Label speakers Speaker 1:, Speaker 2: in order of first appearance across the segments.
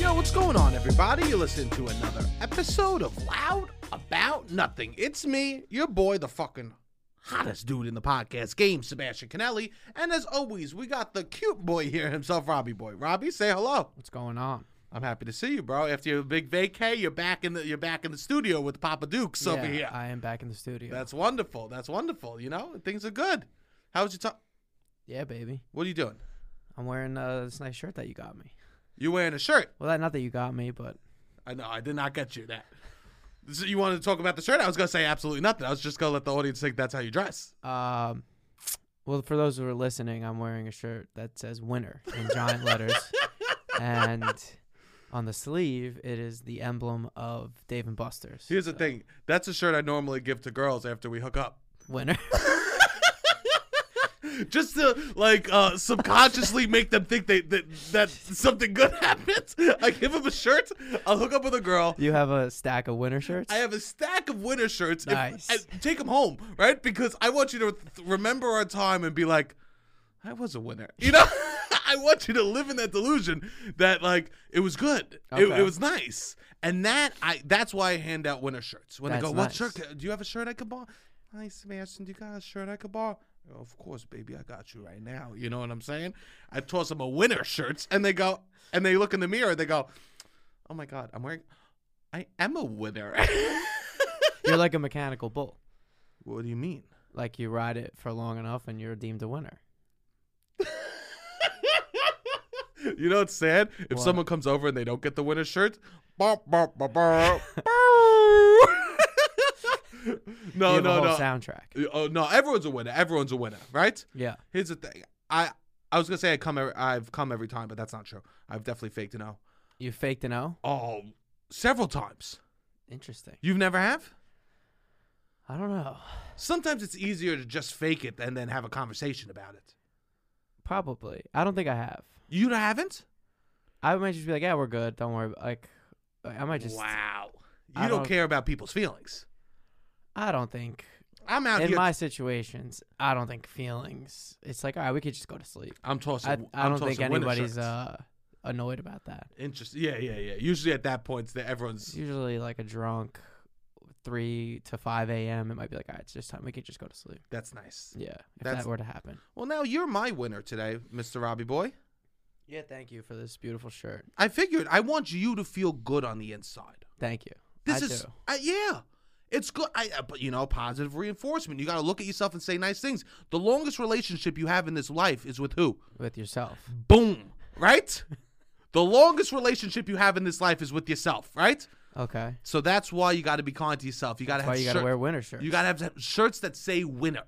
Speaker 1: Yo, what's going on, everybody? You're listening to another episode of Loud About Nothing. It's me, your boy, the fucking hottest dude in the podcast game, Sebastian Canelli. And as always, we got the cute boy here himself, Robbie Boy. Robbie, say hello.
Speaker 2: What's going on?
Speaker 1: I'm happy to see you, bro. After your big vacay, you're back in the you're back in the studio with Papa Dukes over
Speaker 2: Yeah,
Speaker 1: here.
Speaker 2: I am back in the studio.
Speaker 1: That's wonderful. That's wonderful. You know, things are good. How's your time?
Speaker 2: yeah, baby.
Speaker 1: What are you doing?
Speaker 2: I'm wearing uh, this nice shirt that you got me.
Speaker 1: You wearing a shirt?
Speaker 2: Well, that, not that you got me, but
Speaker 1: I know. I did not get you that. So you wanted to talk about the shirt? I was gonna say absolutely nothing. I was just gonna let the audience think that's how you dress.
Speaker 2: um, well, for those who are listening, I'm wearing a shirt that says "Winner" in giant letters, and on the sleeve it is the emblem of Dave and Buster's.
Speaker 1: Here's the thing. That's a shirt I normally give to girls after we hook up.
Speaker 2: Winner.
Speaker 1: Just to like uh, subconsciously make them think they, that that something good happens. I give them a shirt. I'll hook up with a girl.
Speaker 2: you have a stack of winner shirts.
Speaker 1: I have a stack of winter shirts. If-
Speaker 2: Nice.
Speaker 1: and take them home, right? Because I want you to th- remember our time and be like, I was a winner. You know, I want you to live in that delusion that like it was good, it,
Speaker 2: Okay.
Speaker 1: it was nice, and that I that's why I hand out winter shirts. When I
Speaker 2: That's
Speaker 1: go, what
Speaker 2: nice.
Speaker 1: shirt? ca- Do you have a shirt I could borrow? Hi, Sebastian, do you got a shirt I could borrow? Of course, baby, I got you right now. You know what I'm saying? I toss them a winter shirts, and they go, and they look in the mirror, they go, oh my god, I'm wearing, I am a winner.
Speaker 2: You're like a mechanical bull.
Speaker 1: what do you mean?
Speaker 2: Like you ride it for long enough, and you're deemed a winner.
Speaker 1: you know what's sad? If
Speaker 2: What?
Speaker 1: someone comes over and they don't get the winter shirt, bop, bop, bop, bop, bop.
Speaker 2: you
Speaker 1: no,
Speaker 2: have a
Speaker 1: no,
Speaker 2: whole
Speaker 1: no.
Speaker 2: Soundtrack.
Speaker 1: oh no, everyone's a winner. Everyone's a winner, right?
Speaker 2: Yeah.
Speaker 1: Here's the thing. I I was gonna say I come every, I've come every time, but that's not true. I've definitely faked an O.
Speaker 2: You faked an O.
Speaker 1: Oh, several times.
Speaker 2: Interesting.
Speaker 1: You've never have?
Speaker 2: I don't know.
Speaker 1: Sometimes it's easier to just fake it and then have a conversation about it.
Speaker 2: Probably. I don't think I have.
Speaker 1: You haven't?
Speaker 2: I might just be like, yeah, we're good. Don't worry. about-" Like, I might just.
Speaker 1: wow. You
Speaker 2: I
Speaker 1: don't
Speaker 2: don't-
Speaker 1: care about people's feelings.
Speaker 2: I don't think
Speaker 1: I'm out
Speaker 2: in
Speaker 1: here.
Speaker 2: my situations. I don't think feelings. It's like, all right, we could just go to sleep.
Speaker 1: I'm tossing.
Speaker 2: I, I
Speaker 1: I'm
Speaker 2: don't think
Speaker 1: tossing winter
Speaker 2: anybody's
Speaker 1: shirts.
Speaker 2: uh, annoyed about that.
Speaker 1: Interest. Yeah, yeah, yeah. Usually at that point, that
Speaker 2: It's
Speaker 1: everyone's.
Speaker 2: usually like a drunk, three to five a.m. It might be like, all right, it's just time. We could just go to sleep.
Speaker 1: That's nice.
Speaker 2: Yeah, if
Speaker 1: That's-
Speaker 2: that were to happen.
Speaker 1: Well, now you're my winner today, Mr. Robbie Boy.
Speaker 2: Yeah, thank you for this beautiful shirt.
Speaker 1: I figured I want you to feel good on the inside.
Speaker 2: Thank you.
Speaker 1: This
Speaker 2: I
Speaker 1: is.
Speaker 2: do.
Speaker 1: I, yeah. It's good, I, uh, but you know, positive reinforcement. You got to look at yourself and say nice things. The longest relationship you have in this life is with who?
Speaker 2: with yourself.
Speaker 1: Boom, right? the longest relationship you have in this life is with yourself, right?
Speaker 2: Okay,
Speaker 1: So that's why you got to be kind to yourself. You got to
Speaker 2: that's
Speaker 1: have
Speaker 2: why you got
Speaker 1: shirt-
Speaker 2: to wear winter shirts.
Speaker 1: You gotta have to have shirts that say winner.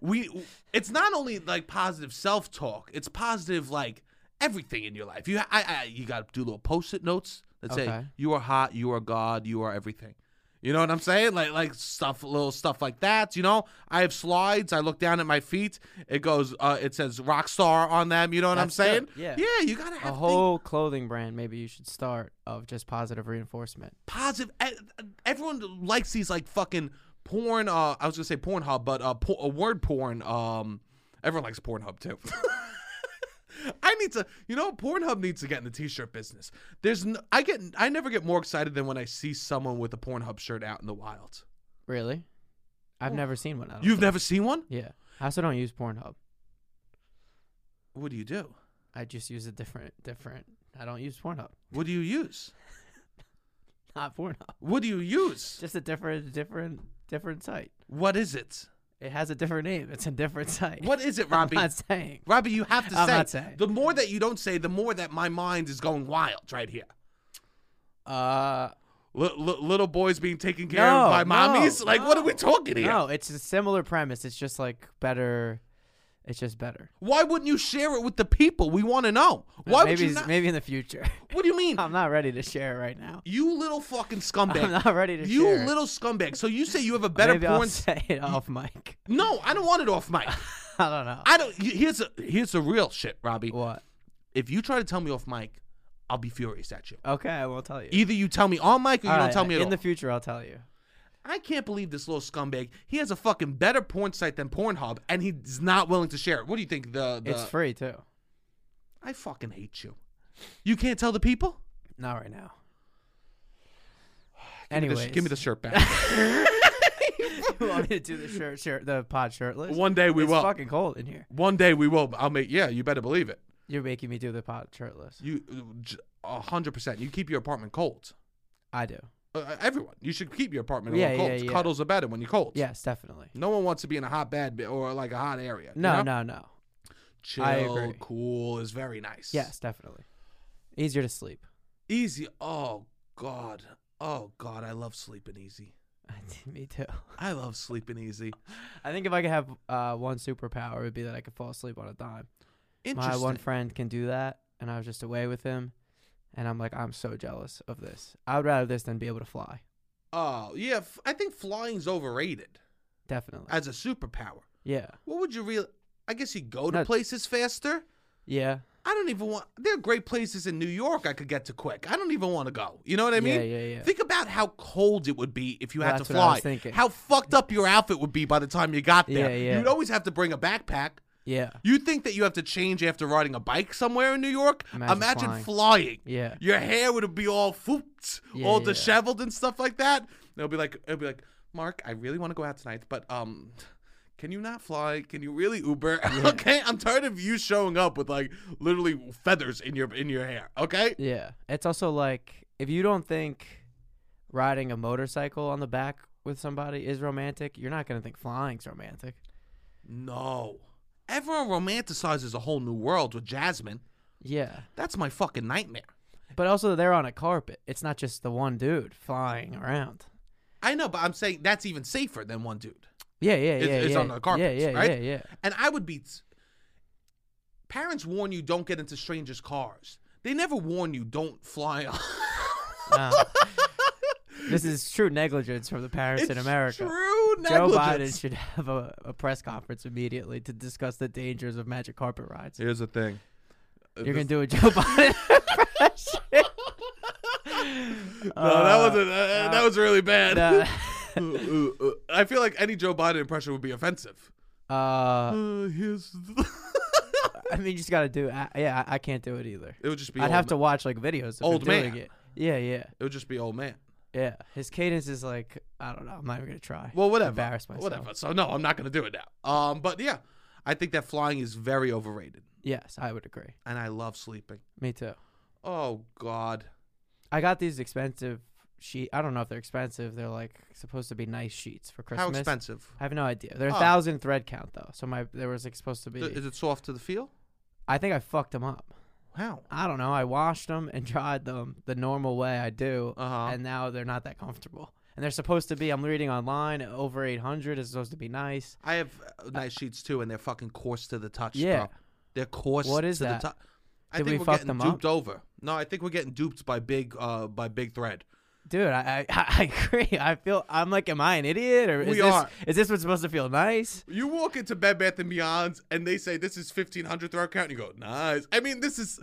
Speaker 1: we it's not only like positive self talk, it's positive like everything in your life. You I, I you gotta do little post it notes that say
Speaker 2: Okay.
Speaker 1: you are hot, you are God, you are everything. You know what I'm saying? Like like stuff little stuff like that, you know? I have slides, I look down at my feet, it goes uh it says rock star on them, you know what
Speaker 2: That's
Speaker 1: I'm saying?
Speaker 2: good, yeah.
Speaker 1: Yeah, you gotta have
Speaker 2: a
Speaker 1: things-
Speaker 2: whole clothing brand maybe you should start of just positive reinforcement.
Speaker 1: positive. e- Everyone likes these like fucking porn. Uh, I was gonna say Pornhub, but uh, por- uh word porn. Um, everyone likes Pornhub too. I need to, you know, Pornhub needs to get in the t-shirt business. There's, n I get, I never get more excited than when I see someone with a Pornhub shirt out in the wild.
Speaker 2: Really? I've never seen one. I don't
Speaker 1: You've
Speaker 2: think.
Speaker 1: never seen one?
Speaker 2: Yeah. I also don't use Pornhub.
Speaker 1: What do you do?
Speaker 2: I just use a different different I don't use Pornhub.
Speaker 1: What do you use?
Speaker 2: Not Pornhub.
Speaker 1: What do you use?
Speaker 2: Just a different different different site.
Speaker 1: What is it?
Speaker 2: It has a different name. It's a different site.
Speaker 1: What is it,
Speaker 2: I'm
Speaker 1: Robbie?
Speaker 2: not saying.
Speaker 1: Robbie, you have to
Speaker 2: I'm
Speaker 1: say.
Speaker 2: not saying.
Speaker 1: The more that you don't say, the more that my mind is going wild right here.
Speaker 2: Uh
Speaker 1: Li- li- little boys being taken care
Speaker 2: No,
Speaker 1: of by mommies?
Speaker 2: no,
Speaker 1: like, what are we
Speaker 2: no,
Speaker 1: talking here?
Speaker 2: no, it's a similar premise. It's just like better it's just better.
Speaker 1: Why wouldn't you share it with the people? We want to know. Why
Speaker 2: maybe
Speaker 1: would you
Speaker 2: it's-
Speaker 1: not?
Speaker 2: maybe in the future.
Speaker 1: What do you mean?
Speaker 2: I'm not ready to share it right now.
Speaker 1: you little fucking scumbag.
Speaker 2: I'm not ready to
Speaker 1: you
Speaker 2: share. it.
Speaker 1: little scumbag. So you say you have a better
Speaker 2: maybe
Speaker 1: porn?
Speaker 2: I'll
Speaker 1: s-
Speaker 2: say it off mic.
Speaker 1: no, I don't want it off mic.
Speaker 2: I don't know.
Speaker 1: I don't. y- Here's a, here's the real shit, Robbie.
Speaker 2: What?
Speaker 1: If you try to tell me off mic, I'll be furious at you.
Speaker 2: Okay, I will tell you.
Speaker 1: Either you tell me on mic or you
Speaker 2: All
Speaker 1: don't
Speaker 2: right,
Speaker 1: tell me at
Speaker 2: in
Speaker 1: all.
Speaker 2: the future. I'll tell you.
Speaker 1: I can't believe this little scumbag. He has a fucking better porn site than Pornhub, and he's not willing to share it. What do you think? The, the
Speaker 2: It's free too.
Speaker 1: I fucking hate you. You can't tell the people.
Speaker 2: Not right now.
Speaker 1: Give me the
Speaker 2: Anyways,
Speaker 1: sh- give me the shirt back.
Speaker 2: you want me to do the shirt, shirt, the pod shirtless?
Speaker 1: One day we
Speaker 2: it's
Speaker 1: will.
Speaker 2: fucking cold in here.
Speaker 1: One day we will. I'll make. Yeah, you better believe it.
Speaker 2: You're making me do the pod shirtless.
Speaker 1: You, j- a hundred percent. You keep your apartment cold.
Speaker 2: I do.
Speaker 1: Uh, everyone, you should keep your apartment a
Speaker 2: Yeah,
Speaker 1: little cold.
Speaker 2: yeah, yeah.
Speaker 1: Cuddles are better when you're cold.
Speaker 2: Yes, definitely.
Speaker 1: No one wants to be in a hot bed bi- or like a hot area. you
Speaker 2: No,
Speaker 1: know?
Speaker 2: no, no.
Speaker 1: Chill,
Speaker 2: I agree.
Speaker 1: cool is very nice.
Speaker 2: Yes, definitely. Easier to sleep.
Speaker 1: Easy. Oh God. Oh God. I love sleeping easy.
Speaker 2: me too.
Speaker 1: I love sleeping easy.
Speaker 2: I think if I could have uh, one superpower, it would be that I could fall asleep on a dime.
Speaker 1: Interesting.
Speaker 2: My one friend can do that, and I was just away with him, and I'm like, I'm so jealous of this. I would rather this than be able to fly.
Speaker 1: oh yeah. F- I think flying's overrated
Speaker 2: Definitely.
Speaker 1: as a superpower.
Speaker 2: yeah.
Speaker 1: What would you real? I guess you go to
Speaker 2: No.
Speaker 1: places faster.
Speaker 2: Yeah.
Speaker 1: I don't even want. There are great places in New York I could get to quick. I don't even want to go. You know what I mean?
Speaker 2: yeah, yeah, yeah.
Speaker 1: Think about how cold it would be if you had
Speaker 2: That's
Speaker 1: to
Speaker 2: what I
Speaker 1: fly.
Speaker 2: was thinking.
Speaker 1: How fucked up your outfit would be by the time you got there.
Speaker 2: Yeah, yeah.
Speaker 1: You'd always have to bring a backpack.
Speaker 2: yeah.
Speaker 1: You think that you have to change after riding a bike somewhere in New York?
Speaker 2: Imagine
Speaker 1: flying.
Speaker 2: flying. Yeah.
Speaker 1: Your hair would be all fooped,
Speaker 2: Yeah,
Speaker 1: all
Speaker 2: yeah.
Speaker 1: disheveled and stuff like that. They'll be like, it'll be like, Mark, I really want to go out tonight, but um, can you not fly? Can you really Uber? okay, I'm tired of you showing up with like literally feathers in your in your hair. Okay,
Speaker 2: Yeah. It's also like if you don't think riding a motorcycle on the back with somebody is romantic, you're not going to think flying's romantic.
Speaker 1: no. Everyone romanticizes a whole new world with Jasmine.
Speaker 2: Yeah.
Speaker 1: That's my fucking nightmare.
Speaker 2: But also they're on a carpet. It's not just the one dude flying around.
Speaker 1: I know, but I'm saying that's even safer than one dude.
Speaker 2: Yeah, yeah, yeah.
Speaker 1: It's- it's
Speaker 2: yeah.
Speaker 1: on the carpets,
Speaker 2: yeah, yeah,
Speaker 1: right?
Speaker 2: Yeah, yeah.
Speaker 1: And I would be. Parents warn you don't get into strangers' cars. They never warn you don't fly.
Speaker 2: No. this is true negligence from the parents in America.
Speaker 1: True
Speaker 2: Joe
Speaker 1: negligence.
Speaker 2: Biden should have a, a press conference immediately to discuss the dangers of magic carpet rides.
Speaker 1: Here's the thing.
Speaker 2: You're going to do a Joe Biden impression.
Speaker 1: No, that wasn't. Uh, that was really bad.
Speaker 2: no.
Speaker 1: Ooh, ooh, ooh. I feel like any Joe Biden impression would be offensive.
Speaker 2: Uh,
Speaker 1: Uh, here's.
Speaker 2: I mean, you just gotta do. I, yeah, I, I can't do it either.
Speaker 1: it would just be.
Speaker 2: I'd
Speaker 1: old
Speaker 2: have
Speaker 1: ma-
Speaker 2: to watch like videos. Of
Speaker 1: Old
Speaker 2: him doing
Speaker 1: man.
Speaker 2: It. Yeah, yeah,
Speaker 1: It would just be old man.
Speaker 2: yeah. His cadence is like I don't know. I'm not even gonna try.
Speaker 1: Well, whatever.
Speaker 2: Embarrass myself.
Speaker 1: Whatever. So no, I'm not gonna do it now. Um, but yeah, I think that flying is very overrated,
Speaker 2: Yes, I would agree.
Speaker 1: and I love sleeping.
Speaker 2: Me too.
Speaker 1: Oh God.
Speaker 2: I got these expensive sheet. I don't know if they're expensive. They're like supposed to be nice sheets for Christmas.
Speaker 1: How expensive?
Speaker 2: I have no idea. They're a
Speaker 1: Oh.
Speaker 2: thousand thread count though. So my there was like supposed to be.
Speaker 1: Th- Is it soft to the feel?
Speaker 2: I think I fucked them up.
Speaker 1: How?
Speaker 2: I don't know. I washed them and dried them the normal way I do,
Speaker 1: Uh-huh.
Speaker 2: and now they're not that comfortable. And they're supposed to be. I'm reading online over 800 is supposed to be nice.
Speaker 1: I have uh, nice sheets too, and they're fucking coarse to the touch.
Speaker 2: Yeah.
Speaker 1: bro. they're coarse.
Speaker 2: What is
Speaker 1: to
Speaker 2: that?
Speaker 1: The tou- I
Speaker 2: Did
Speaker 1: think
Speaker 2: we
Speaker 1: are
Speaker 2: fuck
Speaker 1: getting
Speaker 2: them up?
Speaker 1: duped over. No, I think we're getting duped by big, uh, by big thread.
Speaker 2: Dude, I, I I agree. I feel I'm like, am I an idiot or is
Speaker 1: We
Speaker 2: this
Speaker 1: are.
Speaker 2: is this what's supposed to feel nice?
Speaker 1: You walk into Bed Bath and Beyond's, and they say this is fifteen hundred thread count. And you go, nice. I mean, this is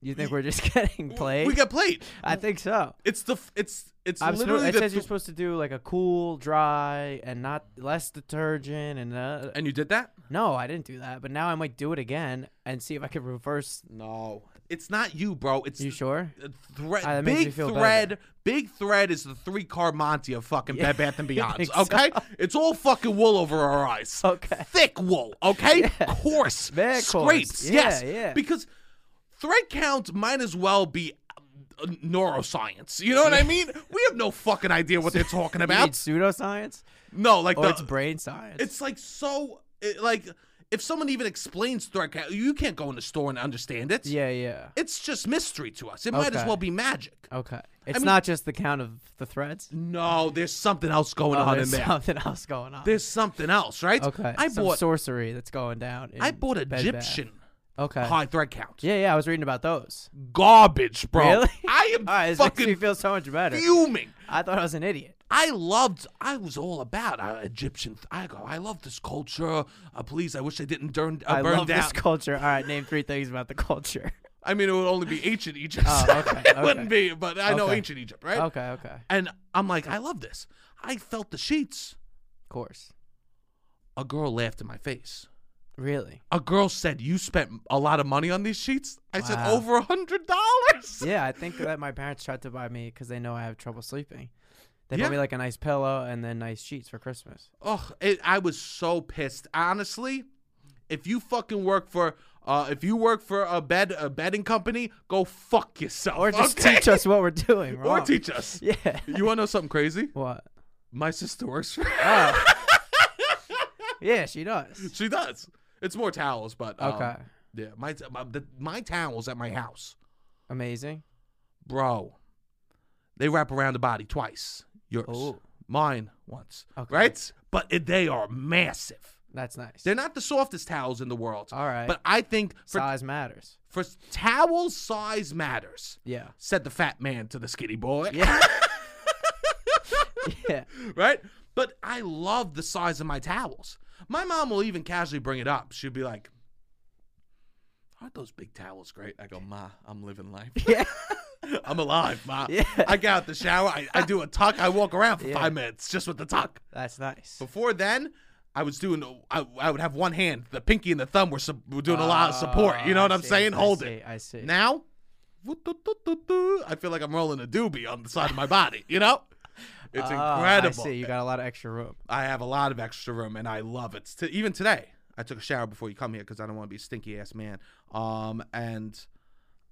Speaker 2: You think we're just getting played?
Speaker 1: We get played.
Speaker 2: I think so.
Speaker 1: It's the f- it's it's
Speaker 2: I'm suppo-
Speaker 1: literally
Speaker 2: it
Speaker 1: the
Speaker 2: says you're
Speaker 1: th-
Speaker 2: supposed to do like a cool, dry, and not less detergent. And uh,
Speaker 1: and you did that.
Speaker 2: no, I didn't do that. But now I might do it again and see if I could reverse.
Speaker 1: No, it's not you, bro. It's
Speaker 2: You sure?
Speaker 1: th- thread.
Speaker 2: Ah, that makes
Speaker 1: big
Speaker 2: me feel
Speaker 1: thread. Big thread is the three car Monty of fucking Bed Bath and
Speaker 2: I
Speaker 1: Beyond's.
Speaker 2: think so.
Speaker 1: Okay, it's all fucking wool over our eyes.
Speaker 2: Okay.
Speaker 1: thick wool. Okay, coarse,
Speaker 2: Very coarse.
Speaker 1: scrapes.
Speaker 2: Yeah,
Speaker 1: yes,
Speaker 2: yeah.
Speaker 1: Because thread count might as well be. uh, Neuroscience, you know what I mean? We have no fucking idea what they're talking
Speaker 2: You need
Speaker 1: about.
Speaker 2: pseudoscience
Speaker 1: No, like
Speaker 2: or
Speaker 1: the,
Speaker 2: it's brain science.
Speaker 1: it's like so it, like if someone even explains thread count, you can't go in the store and understand it.
Speaker 2: yeah, yeah.
Speaker 1: It's just mystery to us. It might as
Speaker 2: Okay.
Speaker 1: well be magic.
Speaker 2: Okay, it's
Speaker 1: mean-
Speaker 2: not just the count of the threads.
Speaker 1: No, there's something else going
Speaker 2: Oh,
Speaker 1: on in
Speaker 2: there's
Speaker 1: there.
Speaker 2: something else going on.
Speaker 1: There's something else, right?
Speaker 2: okay,
Speaker 1: I
Speaker 2: some
Speaker 1: bought
Speaker 2: sorcery that's going down.
Speaker 1: I
Speaker 2: in
Speaker 1: bought
Speaker 2: Bed Bath.
Speaker 1: Egyptian
Speaker 2: Okay.
Speaker 1: high thread count.
Speaker 2: Yeah, yeah. I was reading about those.
Speaker 1: Garbage, bro.
Speaker 2: Really?
Speaker 1: I am
Speaker 2: All right, this makes me
Speaker 1: fucking
Speaker 2: feel so much better.
Speaker 1: fuming.
Speaker 2: I thought I was an idiot.
Speaker 1: I loved. I was all about uh, Egyptian. I go. I love this culture. Uh, please, I wish they didn't burn, uh,
Speaker 2: I
Speaker 1: burn
Speaker 2: love
Speaker 1: down.
Speaker 2: this culture. All right, name three things about the culture.
Speaker 1: I mean, it would only be ancient Egypt.
Speaker 2: Oh, okay,
Speaker 1: it
Speaker 2: okay.
Speaker 1: wouldn't be, but I know
Speaker 2: Okay.
Speaker 1: ancient Egypt, right?
Speaker 2: Okay, okay. Of
Speaker 1: And I'm like, I love this. I felt the sheets.
Speaker 2: course.
Speaker 1: A girl laughed in my face.
Speaker 2: Really?
Speaker 1: A girl said, "You spent a lot of money on these sheets." I said,
Speaker 2: Wow.
Speaker 1: "Over a hundred dollars."
Speaker 2: Yeah, I think that my parents tried to buy me because they know I have trouble sleeping. They
Speaker 1: Yeah.
Speaker 2: bought me like a nice pillow and then nice sheets for Christmas.
Speaker 1: Oh, it, I was so pissed. Honestly, if you fucking work for, uh, if you work for a bed a bedding company, go fuck yourself.
Speaker 2: Or just
Speaker 1: okay?
Speaker 2: teach us what we're doing.
Speaker 1: Or
Speaker 2: wrong.
Speaker 1: teach us.
Speaker 2: Yeah.
Speaker 1: You want to know something crazy?
Speaker 2: What?
Speaker 1: My sister works for.
Speaker 2: Oh. yeah, she does.
Speaker 1: she does. It's more towels, but um,
Speaker 2: Okay.
Speaker 1: Yeah, my t- my, the, my towels at my house,
Speaker 2: Amazing.
Speaker 1: bro. They wrap around the body twice. Yours,
Speaker 2: Oh.
Speaker 1: mine once,
Speaker 2: Okay.
Speaker 1: right? But it, they are massive.
Speaker 2: That's nice.
Speaker 1: They're not the softest towels in the world.
Speaker 2: All right.
Speaker 1: But I think for
Speaker 2: Size matters.
Speaker 1: For s- towel size matters,
Speaker 2: Yeah.
Speaker 1: said the fat man to the skinny boy.
Speaker 2: Yeah. yeah.
Speaker 1: Right? But I love the size of my towels. My mom will even casually bring it up. She'll be like, Aren't those big towels great? I go, Ma, I'm living life.
Speaker 2: Yeah.
Speaker 1: I'm alive, Ma.
Speaker 2: Yeah.
Speaker 1: I get out the shower, I, I do a tuck, I walk around for
Speaker 2: Yeah.
Speaker 1: five minutes just with the tuck.
Speaker 2: That's nice.
Speaker 1: Before then, I was doing, I, I would have one hand, the pinky and the thumb were, sup- were doing a lot of support. You know
Speaker 2: Oh,
Speaker 1: what
Speaker 2: I
Speaker 1: I'm
Speaker 2: see,
Speaker 1: saying?
Speaker 2: I
Speaker 1: Hold
Speaker 2: see,
Speaker 1: it.
Speaker 2: I see.
Speaker 1: Now, woo-doo-doo-doo-doo, I feel like I'm rolling a doobie on the side of my body. You know, it's
Speaker 2: Oh,
Speaker 1: incredible.
Speaker 2: I see. You got a lot of extra room.
Speaker 1: I have a lot of extra room, and I love it. T- even today, I took a shower before you come here because I don't want to be a stinky ass man. Um, and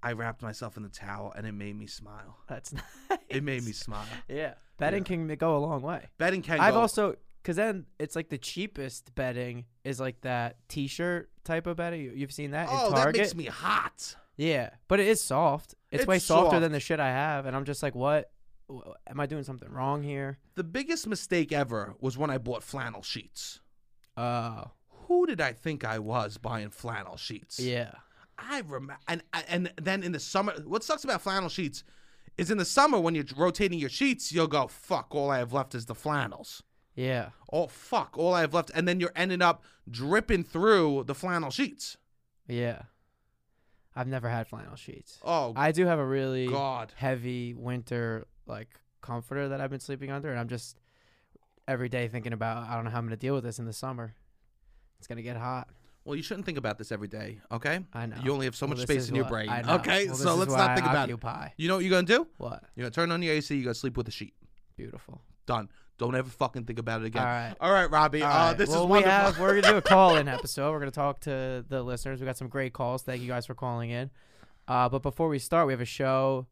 Speaker 1: I wrapped myself in the towel, and it made me smile.
Speaker 2: That's nice.
Speaker 1: It made me smile.
Speaker 2: Yeah. Bedding can go a long way.
Speaker 1: Bedding can
Speaker 2: I've
Speaker 1: go-
Speaker 2: also because then it's like the cheapest bedding is like that T-shirt type of bedding. You- You've seen that
Speaker 1: Oh,
Speaker 2: in
Speaker 1: that
Speaker 2: Target.
Speaker 1: makes me hot.
Speaker 2: yeah, but it is soft. It's, way
Speaker 1: It's
Speaker 2: softer
Speaker 1: soft.
Speaker 2: than the shit I have, and I'm just like, what? W- Am I doing something wrong here?
Speaker 1: The biggest mistake ever was when I bought flannel sheets.
Speaker 2: Oh,
Speaker 1: Who did I think I was buying flannel sheets?
Speaker 2: yeah.
Speaker 1: I remember, and and then in the summer, what sucks about flannel sheets is in the summer when you're rotating your sheets, you'll go fuck. All I have left is the flannels.
Speaker 2: Yeah.
Speaker 1: Oh fuck, all I have left, and then you're ending up dripping through the flannel sheets.
Speaker 2: Yeah. I've never had flannel sheets.
Speaker 1: Oh
Speaker 2: I do have a really
Speaker 1: god,
Speaker 2: heavy winter like comforter that I've been sleeping under, and I'm just every day thinking about I don't know how I'm gonna deal with this in the summer. It's gonna get hot.
Speaker 1: Well, you shouldn't think about this every day, okay?
Speaker 2: I know.
Speaker 1: You only have so
Speaker 2: Well,
Speaker 1: much
Speaker 2: this
Speaker 1: space
Speaker 2: is
Speaker 1: in your
Speaker 2: what-
Speaker 1: brain,
Speaker 2: I know.
Speaker 1: okay?
Speaker 2: Well, this
Speaker 1: so
Speaker 2: is
Speaker 1: let's
Speaker 2: why
Speaker 1: not
Speaker 2: I
Speaker 1: think about it.
Speaker 2: occupy.
Speaker 1: You know what you're gonna do?
Speaker 2: What?
Speaker 1: You're gonna turn on your AC. You're gonna sleep with a sheet.
Speaker 2: Beautiful.
Speaker 1: Done. Don't ever fucking think about it again.
Speaker 2: All right.
Speaker 1: All right, Robbie.
Speaker 2: All
Speaker 1: uh,
Speaker 2: right.
Speaker 1: This
Speaker 2: well,
Speaker 1: is
Speaker 2: we
Speaker 1: wonderful.
Speaker 2: have. We're gonna do a call-in episode. We're gonna talk to the listeners. We got some great calls. Thank you guys for calling in. Uh, but before we start, we have a show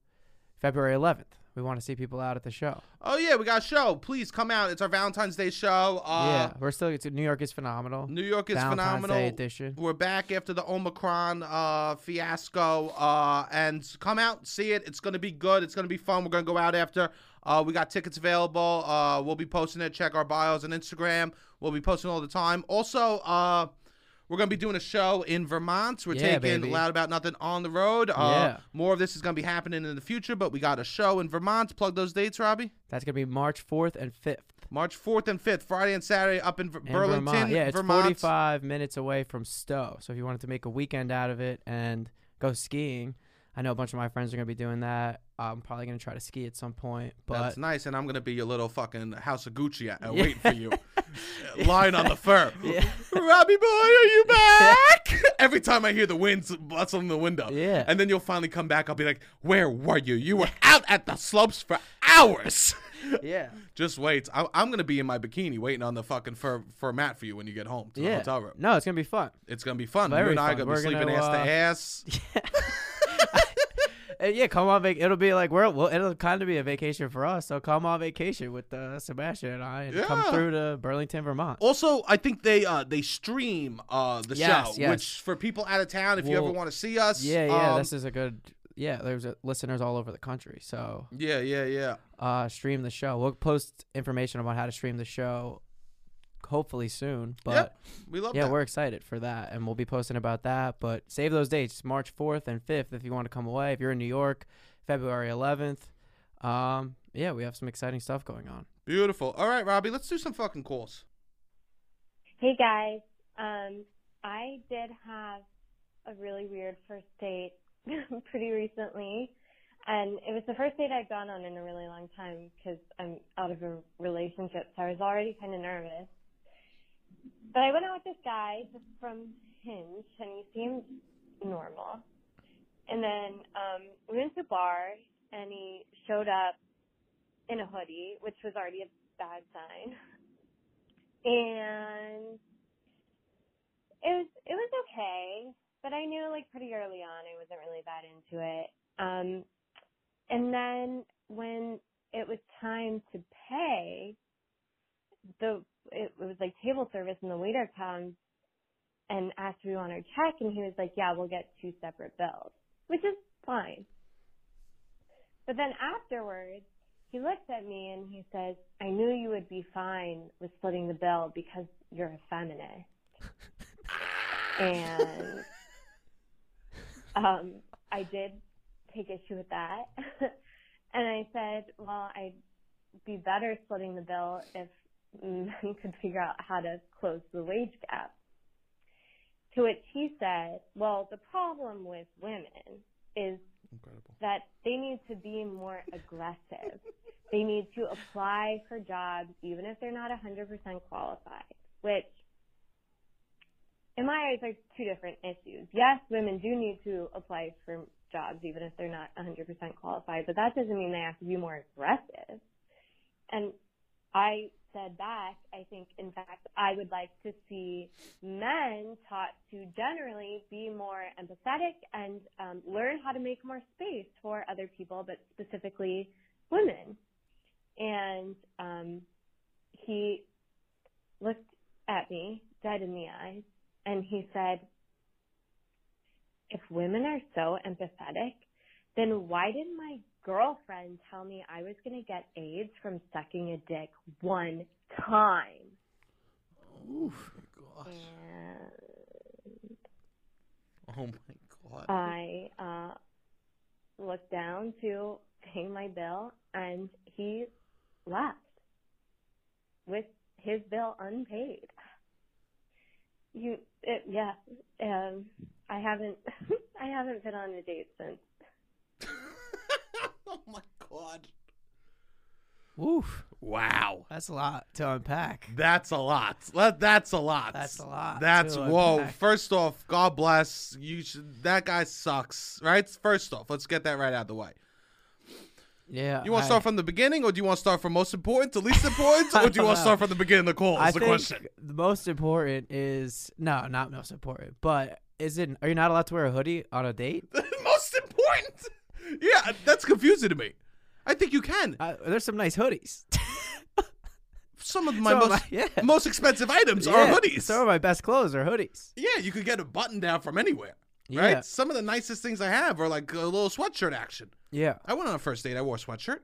Speaker 2: February 11th. We want to see people out at the show.
Speaker 1: oh yeah, we got a show. Please come out. It's our Valentine's Day show. Uh,
Speaker 2: yeah, we're still. It's, New York is phenomenal.
Speaker 1: New York is
Speaker 2: Valentine's
Speaker 1: phenomenal.
Speaker 2: Day edition.
Speaker 1: We're back after the Omicron uh, fiasco, uh, and come out, see it. It's gonna be good. It's gonna be fun. We're gonna go out after. Uh, we got tickets available. Uh, we'll be posting it. Check our bios on Instagram. We'll be posting all the time. Also, uh, we're gonna be doing a show in Vermont. We're
Speaker 2: Yeah,
Speaker 1: taking
Speaker 2: baby.
Speaker 1: loud about nothing on the road. Uh,
Speaker 2: Yeah.
Speaker 1: More of this is gonna be happening in the future, but we got a show in Vermont. Plug those dates, Robbie.
Speaker 2: That's gonna be March 4th and 5th.
Speaker 1: March 4th and 5th, Friday and Saturday, up in, Ver-
Speaker 2: in
Speaker 1: Burlington,
Speaker 2: Vermont. Yeah, it's
Speaker 1: Vermont.
Speaker 2: 45 minutes away from Stowe. So if you wanted to make a weekend out of it and go skiing, I know a bunch of my friends are gonna be doing that. I'm probably gonna try to ski at some point, but
Speaker 1: That's nice, and I'm gonna be your little fucking house of Gucci uh,
Speaker 2: Yeah.
Speaker 1: waiting for you, lying on the fur.
Speaker 2: Yeah.
Speaker 1: Robbie boy, are you back? Every time I hear the winds bustle in the window,
Speaker 2: Yeah.
Speaker 1: and then you'll finally come back. I'll be like, "Where were you? You were out at the slopes for hours."
Speaker 2: yeah,
Speaker 1: Just wait. I- I'm gonna be in my bikini waiting on the fucking fur fur mat for you when you get home to the
Speaker 2: yeah.
Speaker 1: hotel room.
Speaker 2: No, it's gonna be fun.
Speaker 1: It's gonna be fun. you
Speaker 2: Very
Speaker 1: and I are
Speaker 2: fun.
Speaker 1: gonna be
Speaker 2: We're
Speaker 1: sleeping
Speaker 2: gonna,
Speaker 1: ass to
Speaker 2: uh,
Speaker 1: ass.
Speaker 2: Uh, yeah, come on, vac- it'll be like we're well, it'll kind of be a vacation for us. So come on vacation with uh, Sebastian and I, and come
Speaker 1: Yeah.
Speaker 2: through to Burlington, Vermont.
Speaker 1: Also, I think they uh, they stream uh, the
Speaker 2: Yes,
Speaker 1: show,
Speaker 2: yes.
Speaker 1: which for people out of town, if you
Speaker 2: Well,
Speaker 1: ever want to see us,
Speaker 2: Yeah, yeah,
Speaker 1: um,
Speaker 2: this is a good. Yeah, there's uh listeners all over the country, so
Speaker 1: Yeah, yeah, yeah.
Speaker 2: uh, stream the show. We'll post information about how to stream the show, hopefully soon. But
Speaker 1: Yep, we love
Speaker 2: yeah,
Speaker 1: that.
Speaker 2: we're excited for that, and we'll be posting about that. But save those dates, March fourth and fifth, if you want to come away. If you're in New York, February eleventh. Um, yeah, we have some exciting stuff going on.
Speaker 1: Beautiful. All right, Robbie, let's do some fucking calls.
Speaker 3: Hey guys, um, I did have a really weird first date pretty recently, and it was the first date I'd gone on in a really long time because I'm out of a relationship, so I was already kind of nervous. But I went out with this guy just from Hinge, and he seemed normal. And then um, we went to a bar, and he showed up in a hoodie, which was already a bad sign. And it was it was okay, but I knew like pretty early on I wasn't really that into it. Um, and then when it was time to pay, the it, it was like table service, and the waiter comes and asked if we want our check, and he was like, "Yeah, we'll get two separate bills," which is fine. But then afterwards, he looked at me and he says, "I knew you would be fine with splitting the bill because you're a feminist." and um, I did take issue with that. and I said, well, I'd be better splitting the bill if men could figure out how to close the wage gap. To which he said, well, the problem with women is
Speaker 1: Incredible.
Speaker 3: that they need to be more aggressive. they need to apply for jobs even if they're not 100% qualified, which in my eyes are two different issues. Yes, women do need to apply for jobs even if they're not 100% qualified, but that doesn't mean they have to be more aggressive. And I said back, I think, in fact, I would like to see men taught to generally be more empathetic and um, learn how to make more space for other people, but specifically women. And um, he looked at me dead in the eyes and he said, if women are so empathetic, then why did my girlfriend tell me I was going to get AIDS from sucking a dick one time?
Speaker 1: Oof. Gosh.
Speaker 3: And
Speaker 1: Oh my god.
Speaker 3: I uh, looked down to pay my bill, and he left with his bill unpaid. You, it, yeah, um, I haven't, I haven't been on a date since.
Speaker 1: oh my god.
Speaker 2: Woof.
Speaker 1: Wow.
Speaker 2: That's a lot to unpack.
Speaker 1: That's a lot. Let- That's a lot.
Speaker 2: That's a lot
Speaker 1: That's
Speaker 2: to
Speaker 1: whoa.
Speaker 2: unpack.
Speaker 1: First off, God bless you. Should, that guy sucks, right? First off, let's get that right out of the way.
Speaker 2: Yeah.
Speaker 1: You want to
Speaker 2: I-
Speaker 1: start from the beginning, or do you want to start from most important to least important, or do you
Speaker 2: I
Speaker 1: want to
Speaker 2: don't
Speaker 1: start from the beginning of the call?
Speaker 2: I
Speaker 1: Is the
Speaker 2: think
Speaker 1: question.
Speaker 2: the most important is no, not most important, but is it? Are you not allowed to wear a hoodie on a date?
Speaker 1: most important. Yeah, that's confusing to me. I think you can.
Speaker 2: Uh, there's some nice hoodies.
Speaker 1: Some of my
Speaker 2: some of
Speaker 1: most
Speaker 2: my- yeah.
Speaker 1: most expensive items are
Speaker 2: Yeah,
Speaker 1: hoodies.
Speaker 2: Some of my best clothes are hoodies.
Speaker 1: yeah, you could get a button down from anywhere, right?
Speaker 2: Yeah.
Speaker 1: Some of the nicest things I have are like a little sweatshirt action.
Speaker 2: Yeah.
Speaker 1: I went on a first date. I wore a sweatshirt,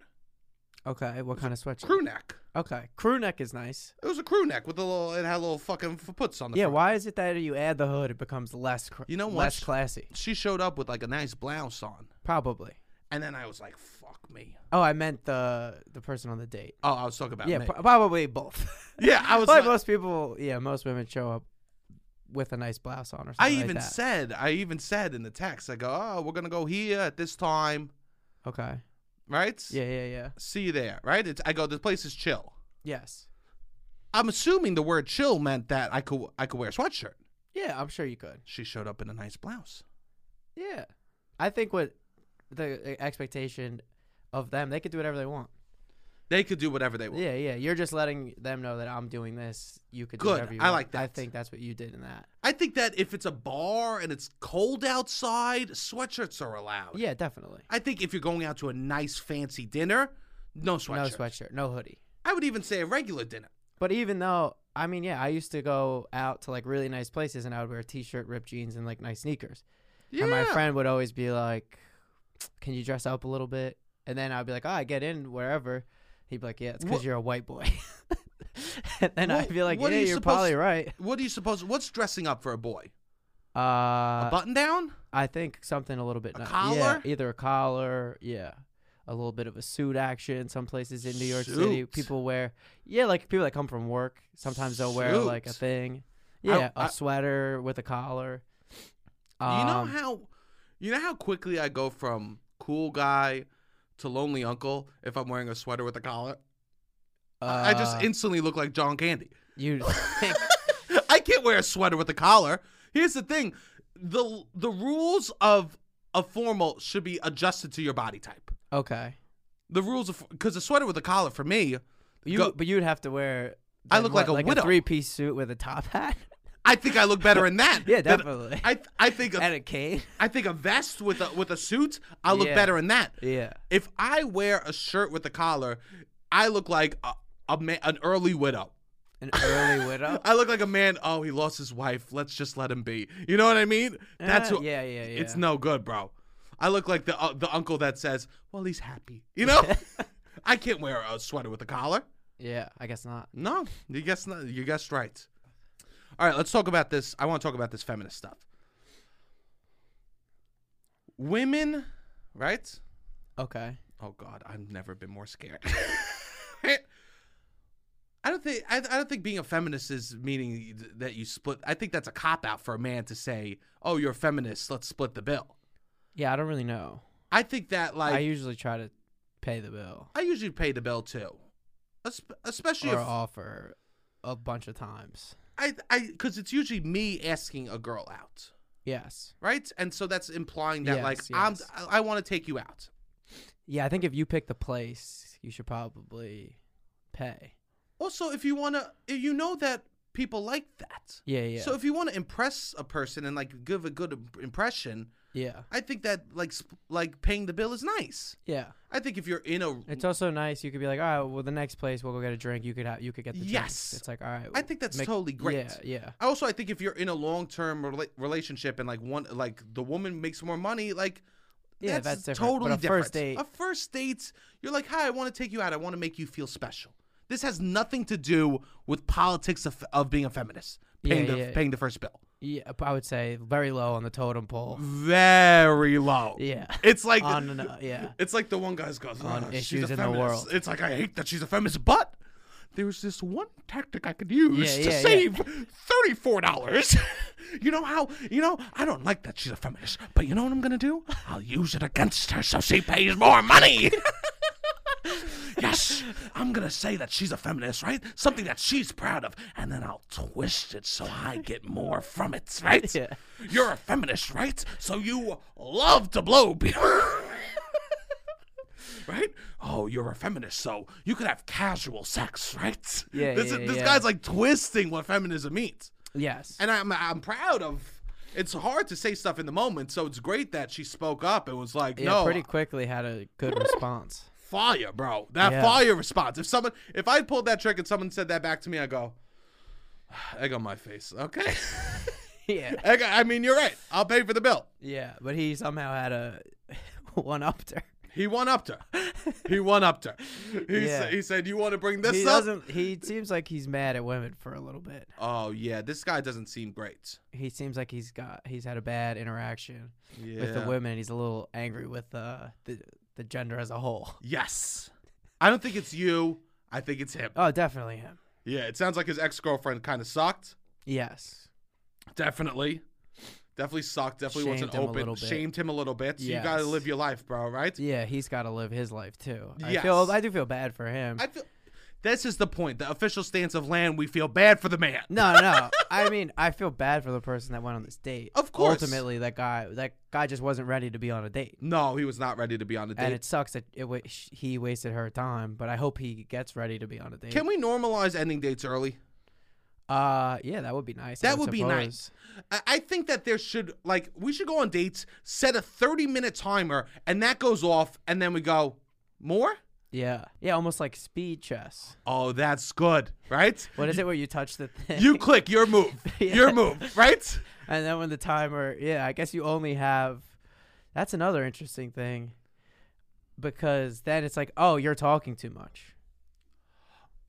Speaker 2: Okay. What kind of sweatshirt?
Speaker 1: crew neck.
Speaker 2: Okay. Crew neck is nice.
Speaker 1: It was a crew neck with a little. It had a little fucking puts on the
Speaker 2: yeah.
Speaker 1: Front.
Speaker 2: Why is it that you add the hood, it becomes less? Cr-
Speaker 1: You know what?
Speaker 2: less classy.
Speaker 1: She showed up with like a nice blouse on,
Speaker 2: Probably.
Speaker 1: and then I was like, "Fuck me."
Speaker 2: Oh, I meant the the person on the date.
Speaker 1: Oh, I was talking about
Speaker 2: yeah,
Speaker 1: me.
Speaker 2: pro- probably both.
Speaker 1: yeah, I was.
Speaker 2: But
Speaker 1: like-
Speaker 2: most people, yeah, most women show up with a nice blouse on or
Speaker 1: I
Speaker 2: something. like
Speaker 1: even
Speaker 2: that.
Speaker 1: said. I even said in the text. I go, "Oh, we're gonna go here at this time,
Speaker 2: Okay.
Speaker 1: right?
Speaker 2: Yeah, yeah, yeah.
Speaker 1: See you there, right?" It's, I go, "This place is chill."
Speaker 2: Yes.
Speaker 1: I'm assuming the word "chill" meant that I could I could wear a sweatshirt.
Speaker 2: Yeah, I'm sure you could.
Speaker 1: She showed up in a nice blouse.
Speaker 2: Yeah. I think what the uh, expectation of them, they could do whatever they want.
Speaker 1: They could do whatever they want.
Speaker 2: Yeah, yeah. You're just letting them know that I'm doing this. You could
Speaker 1: Good.
Speaker 2: do whatever you
Speaker 1: I
Speaker 2: want.
Speaker 1: like
Speaker 2: I
Speaker 1: that.
Speaker 2: think that's what you did in that.
Speaker 1: I think that if it's a bar and it's cold outside, sweatshirts are allowed.
Speaker 2: Yeah, definitely.
Speaker 1: I think if you're going out to a nice fancy dinner, no sweatshirt.
Speaker 2: No sweatshirt, no hoodie.
Speaker 1: I would even say a regular dinner.
Speaker 2: But even though, I mean, yeah, I used to go out to like really nice places and I would wear a t shirt, ripped jeans, and like nice sneakers.
Speaker 1: Yeah.
Speaker 2: And my friend would always be like, Can you dress up a little bit? And then I'd be like, Oh, I get in wherever. He'd be like, Yeah, it's
Speaker 1: What-
Speaker 2: because you're a white boy. and then
Speaker 1: Well,
Speaker 2: I'd be like,
Speaker 1: what are
Speaker 2: Yeah,
Speaker 1: you
Speaker 2: you are
Speaker 1: supposed-
Speaker 2: probably right.
Speaker 1: What do you suppose? What's dressing up for a boy? A
Speaker 2: Uh,
Speaker 1: button down?
Speaker 2: I think something a little bit.
Speaker 1: A
Speaker 2: ni-
Speaker 1: collar?
Speaker 2: Yeah, either a collar, yeah. A little bit of a suit action. Some places in New York City,
Speaker 1: Suit.
Speaker 2: people wear, yeah, like people that come from work, sometimes they'll wear like a
Speaker 1: Suit.
Speaker 2: thing. Yeah, a
Speaker 1: I-
Speaker 2: sweater with a collar. Um,
Speaker 1: you know how You know how quickly I go from cool guy to lonely uncle if I'm wearing a sweater with a collar? I I just
Speaker 2: Uh,
Speaker 1: instantly look like John Candy.
Speaker 2: you think
Speaker 1: I can't wear a sweater with a collar. Here's the thing. The the rules of a formal should be adjusted to your body type.
Speaker 2: okay?
Speaker 1: The rules of cuz a sweater with a collar for me,
Speaker 2: You
Speaker 1: Go-
Speaker 2: but you'd have to wear.
Speaker 1: I
Speaker 2: then
Speaker 1: look
Speaker 2: what,
Speaker 1: like a
Speaker 2: like
Speaker 1: widow.
Speaker 2: a three piece suit with a top hat.
Speaker 1: I think I look better in that.
Speaker 2: yeah,
Speaker 1: than-
Speaker 2: definitely.
Speaker 1: I I think a,
Speaker 2: and a cane.
Speaker 1: I think a vest with a with a suit, I look
Speaker 2: Yeah.
Speaker 1: better in that.
Speaker 2: Yeah.
Speaker 1: If I wear a shirt with a collar, I look like a, a ma- an early widow.
Speaker 2: An early widow.
Speaker 1: I look like a man. Oh, he lost his wife. Let's just let him be. You know what I mean? That's
Speaker 2: Uh,
Speaker 1: what.
Speaker 2: Yeah, yeah, yeah.
Speaker 1: It's no good, bro. I look like the uh, the uncle that says, "Well, he's happy." You know, I can't wear a sweater with a collar.
Speaker 2: Yeah, I guess not.
Speaker 1: No, you guessed not, you guessed right. All right, let's talk about this. I want to talk about this feminist stuff. Women, right?
Speaker 2: Okay.
Speaker 1: Oh God, I've never been more scared. I don't think I, I don't think being a feminist is meaning th- that you split. I think that's a cop out for a man to say, "Oh, you're a feminist. Let's split the bill."
Speaker 2: Yeah, I don't really know.
Speaker 1: I think that like
Speaker 2: I
Speaker 1: I,
Speaker 2: usually try to pay the bill
Speaker 1: usually pay the bill too, Espe- especially
Speaker 2: or
Speaker 1: if
Speaker 2: offer a bunch of times.
Speaker 1: I I because it's usually me asking a girl out,
Speaker 2: Yes.
Speaker 1: right? And so that's implying that like
Speaker 2: Yes,
Speaker 1: I'm
Speaker 2: yes.
Speaker 1: I, I want to take you out.
Speaker 2: Yeah, I think if you pick the place, you should probably pay.
Speaker 1: Also, if you wanna, you know that people like that.
Speaker 2: Yeah, yeah.
Speaker 1: So if you want to impress a person and like give a good im- impression,
Speaker 2: yeah.
Speaker 1: I think that like sp- like paying the bill is nice.
Speaker 2: Yeah.
Speaker 1: I think if you're in a,
Speaker 2: It's also nice. You could be like, all right, well, the next place we'll go get a drink. You could have, you could get the drinks."
Speaker 1: Yes.
Speaker 2: It's like, all right.
Speaker 1: I think that's
Speaker 2: make-
Speaker 1: totally great.
Speaker 2: Yeah, yeah,
Speaker 1: I also I think if you're in a long term rela- relationship and like one like the woman makes more money, like
Speaker 2: yeah. That's, different.
Speaker 1: totally
Speaker 2: but a
Speaker 1: different.
Speaker 2: first date.
Speaker 1: A first date, you're like, hi, I want to take you out. I want to make you feel special. This has nothing to do with politics of, of being a feminist. Paying
Speaker 2: Yeah,
Speaker 1: the
Speaker 2: yeah.
Speaker 1: paying the first bill.
Speaker 2: yeah, I would say very low on the totem pole.
Speaker 1: Very low.
Speaker 2: Yeah. Oh,
Speaker 1: It's like
Speaker 2: on an, yeah.
Speaker 1: It's like the one guy's goes
Speaker 2: On
Speaker 1: "Ah, she's
Speaker 2: issues
Speaker 1: a
Speaker 2: in the
Speaker 1: feminist."
Speaker 2: world.
Speaker 1: It's like I hate that she's a feminist, but there's this one tactic I could use
Speaker 2: Yeah,
Speaker 1: to
Speaker 2: yeah, yeah.
Speaker 1: save thirty four dollars. you know how you know I don't like that she's a feminist, but you know what I'm gonna do? I'll use it against her so she pays more money. yes, I'm gonna say that she's a feminist, right? Something that she's proud of, and then I'll twist it so I get more from it, right?
Speaker 2: Yeah.
Speaker 1: You're a feminist, right? So you love to blow people. right? Oh, you're a feminist, so you could have casual sex, right?
Speaker 2: Yeah,
Speaker 1: This,
Speaker 2: yeah,
Speaker 1: this
Speaker 2: yeah.
Speaker 1: guy's like twisting what feminism means.
Speaker 2: Yes.
Speaker 1: And I'm I'm proud of it's hard to say stuff in the moment, so it's great that she spoke up. It was like,
Speaker 2: yeah,
Speaker 1: no,
Speaker 2: pretty quickly had a good response.
Speaker 1: fire, bro. That
Speaker 2: Yeah.
Speaker 1: fire response. If someone, if I pulled that trick and someone said that back to me, I go, egg on my face. Okay,
Speaker 2: Yeah.
Speaker 1: egg. I mean, you're right. I'll pay for the bill.
Speaker 2: Yeah, but he somehow had a one upped her.
Speaker 1: He won up to. her. He won up to. her. He,
Speaker 2: Yeah.
Speaker 1: sa- he said, "You want to bring this
Speaker 2: He
Speaker 1: up?"
Speaker 2: doesn't. He seems like he's mad at women for a little bit.
Speaker 1: Oh yeah, this guy doesn't seem great.
Speaker 2: He seems like he's got he's had a bad interaction
Speaker 1: Yeah.
Speaker 2: with the women. He's a little angry with uh, the the gender as a whole.
Speaker 1: Yes. I don't think it's you. I think it's him.
Speaker 2: Oh, definitely him.
Speaker 1: Yeah, it sounds like his ex girlfriend kind of sucked.
Speaker 2: Yes.
Speaker 1: Definitely. Definitely sucked. Definitely
Speaker 2: Shamed
Speaker 1: wasn't
Speaker 2: him a
Speaker 1: open.
Speaker 2: little bit.
Speaker 1: Shamed him a little bit. So you gotta
Speaker 2: Yes.
Speaker 1: live your life, bro. Right?
Speaker 2: Yeah, he's got to live his life too. I
Speaker 1: Yes.
Speaker 2: feel I do feel bad for him.
Speaker 1: I feel this is the point. The official stance of land. We feel bad for the man.
Speaker 2: no, no. I mean, I feel bad for the person that went on this date.
Speaker 1: Of course.
Speaker 2: Ultimately, that guy that guy just wasn't ready to be on a date.
Speaker 1: No, he was not ready to be on the
Speaker 2: And
Speaker 1: date.
Speaker 2: it sucks that it wa- sh- he wasted her time, but I hope he gets ready to be on a date.
Speaker 1: Can we normalize ending dates early?
Speaker 2: uh, yeah, that would be nice. I
Speaker 1: That would be nice.
Speaker 2: suppose.
Speaker 1: I- I think that there should like we should go on dates, set a thirty minute timer, and that goes off, and then we go more.
Speaker 2: Yeah, yeah, almost like speed chess.
Speaker 1: Oh, that's good, right?
Speaker 2: What is it where you touch the thing?
Speaker 1: You click your move,
Speaker 2: Yeah.
Speaker 1: your move, right?
Speaker 2: and then when the timer, yeah, I guess you only have. That's another interesting thing, because then it's like, oh, you're talking too much.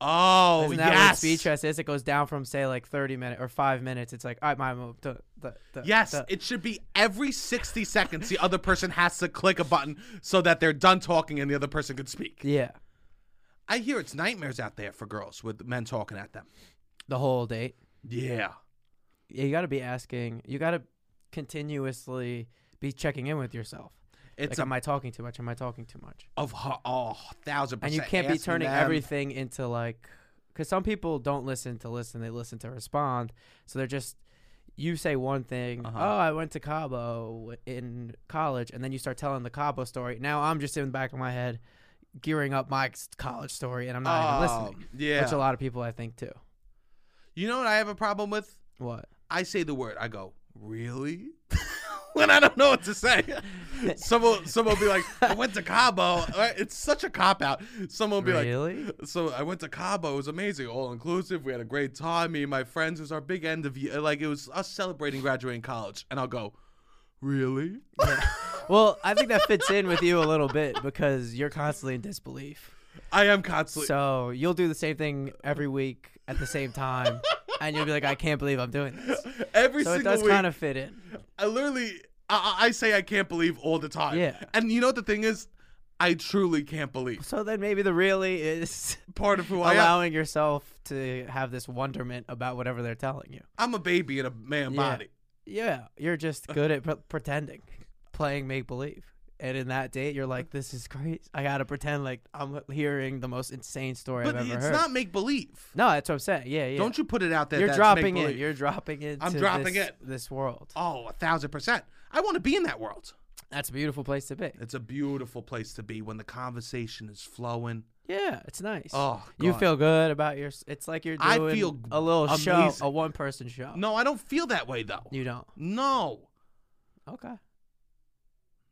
Speaker 1: Oh,
Speaker 2: Isn't that what
Speaker 1: yes,
Speaker 2: speed chess is? It goes down from say like thirty minutes or five minutes. It's like, all right, my move. duh, duh, duh,
Speaker 1: yes.
Speaker 2: duh."
Speaker 1: It should be every sixty seconds the other person has to click a button so that they're done talking and the other person can speak.
Speaker 2: yeah,
Speaker 1: I hear it's nightmares out there for girls with men talking at them.
Speaker 2: the whole date.
Speaker 1: Yeah,
Speaker 2: you got to be asking. You got to continuously be checking in with yourself.
Speaker 1: It's
Speaker 2: like,
Speaker 1: a,
Speaker 2: am I talking too much? Am I talking too much?
Speaker 1: of her, oh, thousand
Speaker 2: And
Speaker 1: percent.
Speaker 2: you can't be
Speaker 1: asking
Speaker 2: turning
Speaker 1: them-
Speaker 2: everything into like, because some people don't listen to listen; they listen to respond. So they're just, you say one thing.
Speaker 1: Uh-huh.
Speaker 2: Oh, I went to Cabo in college, and then you start telling the Cabo story. Now I'm just in the back of my head, gearing up my s- college story, and I'm not even
Speaker 1: Oh,
Speaker 2: listening.
Speaker 1: Yeah.
Speaker 2: Which a lot of people I think too.
Speaker 1: you know what I have a problem with?
Speaker 2: What?
Speaker 1: I say the word. I go, really? when I don't know what to say. Someone, someone will be like, I went to Cabo. Right? It's such a cop out. Someone will be like,
Speaker 2: really?
Speaker 1: so I went to Cabo. It was amazing, all inclusive. We had a great time. Me and my friends. It was our big end of year. Like it was us celebrating graduating college. And I'll go, really?
Speaker 2: well, I think that fits in with you a little bit because you're constantly in disbelief.
Speaker 1: I am constantly.
Speaker 2: So you'll do the same thing every week at the same time, and you'll be like, "I can't believe I'm doing this."
Speaker 1: every
Speaker 2: So it
Speaker 1: single
Speaker 2: does
Speaker 1: week,
Speaker 2: kind of fit in.
Speaker 1: I literally, I, I I say I can't believe all the time.
Speaker 2: Yeah.
Speaker 1: And you know what the thing is, I truly can't believe.
Speaker 2: So then maybe the really is
Speaker 1: Part of who I am.
Speaker 2: allowing yourself to have this wonderment about whatever they're telling you.
Speaker 1: I'm a baby in a man
Speaker 2: Yeah.
Speaker 1: body.
Speaker 2: Yeah, you're just good at pre- pretending, playing make believe. And in that date, you're like, "This is great. I gotta pretend like I'm hearing the most insane story
Speaker 1: But
Speaker 2: I've ever
Speaker 1: it's
Speaker 2: heard."
Speaker 1: not make believe.
Speaker 2: no, that's what I'm saying. Yeah, yeah.
Speaker 1: Don't you put it out there?
Speaker 2: you're
Speaker 1: that's
Speaker 2: dropping it.
Speaker 1: make-believe.
Speaker 2: You're dropping it.
Speaker 1: I'm
Speaker 2: to
Speaker 1: dropping
Speaker 2: this,
Speaker 1: it.
Speaker 2: This world.
Speaker 1: Oh, a thousand percent. I want to be in that world.
Speaker 2: That's a beautiful place to be.
Speaker 1: It's a beautiful place to be when the conversation is flowing.
Speaker 2: Yeah, it's nice.
Speaker 1: Oh,
Speaker 2: you
Speaker 1: God.
Speaker 2: feel good about your. It's like you're doing
Speaker 1: I feel
Speaker 2: a little show,
Speaker 1: amazing.
Speaker 2: a one person show.
Speaker 1: No, I don't feel that way though.
Speaker 2: you don't.
Speaker 1: No,
Speaker 2: Okay.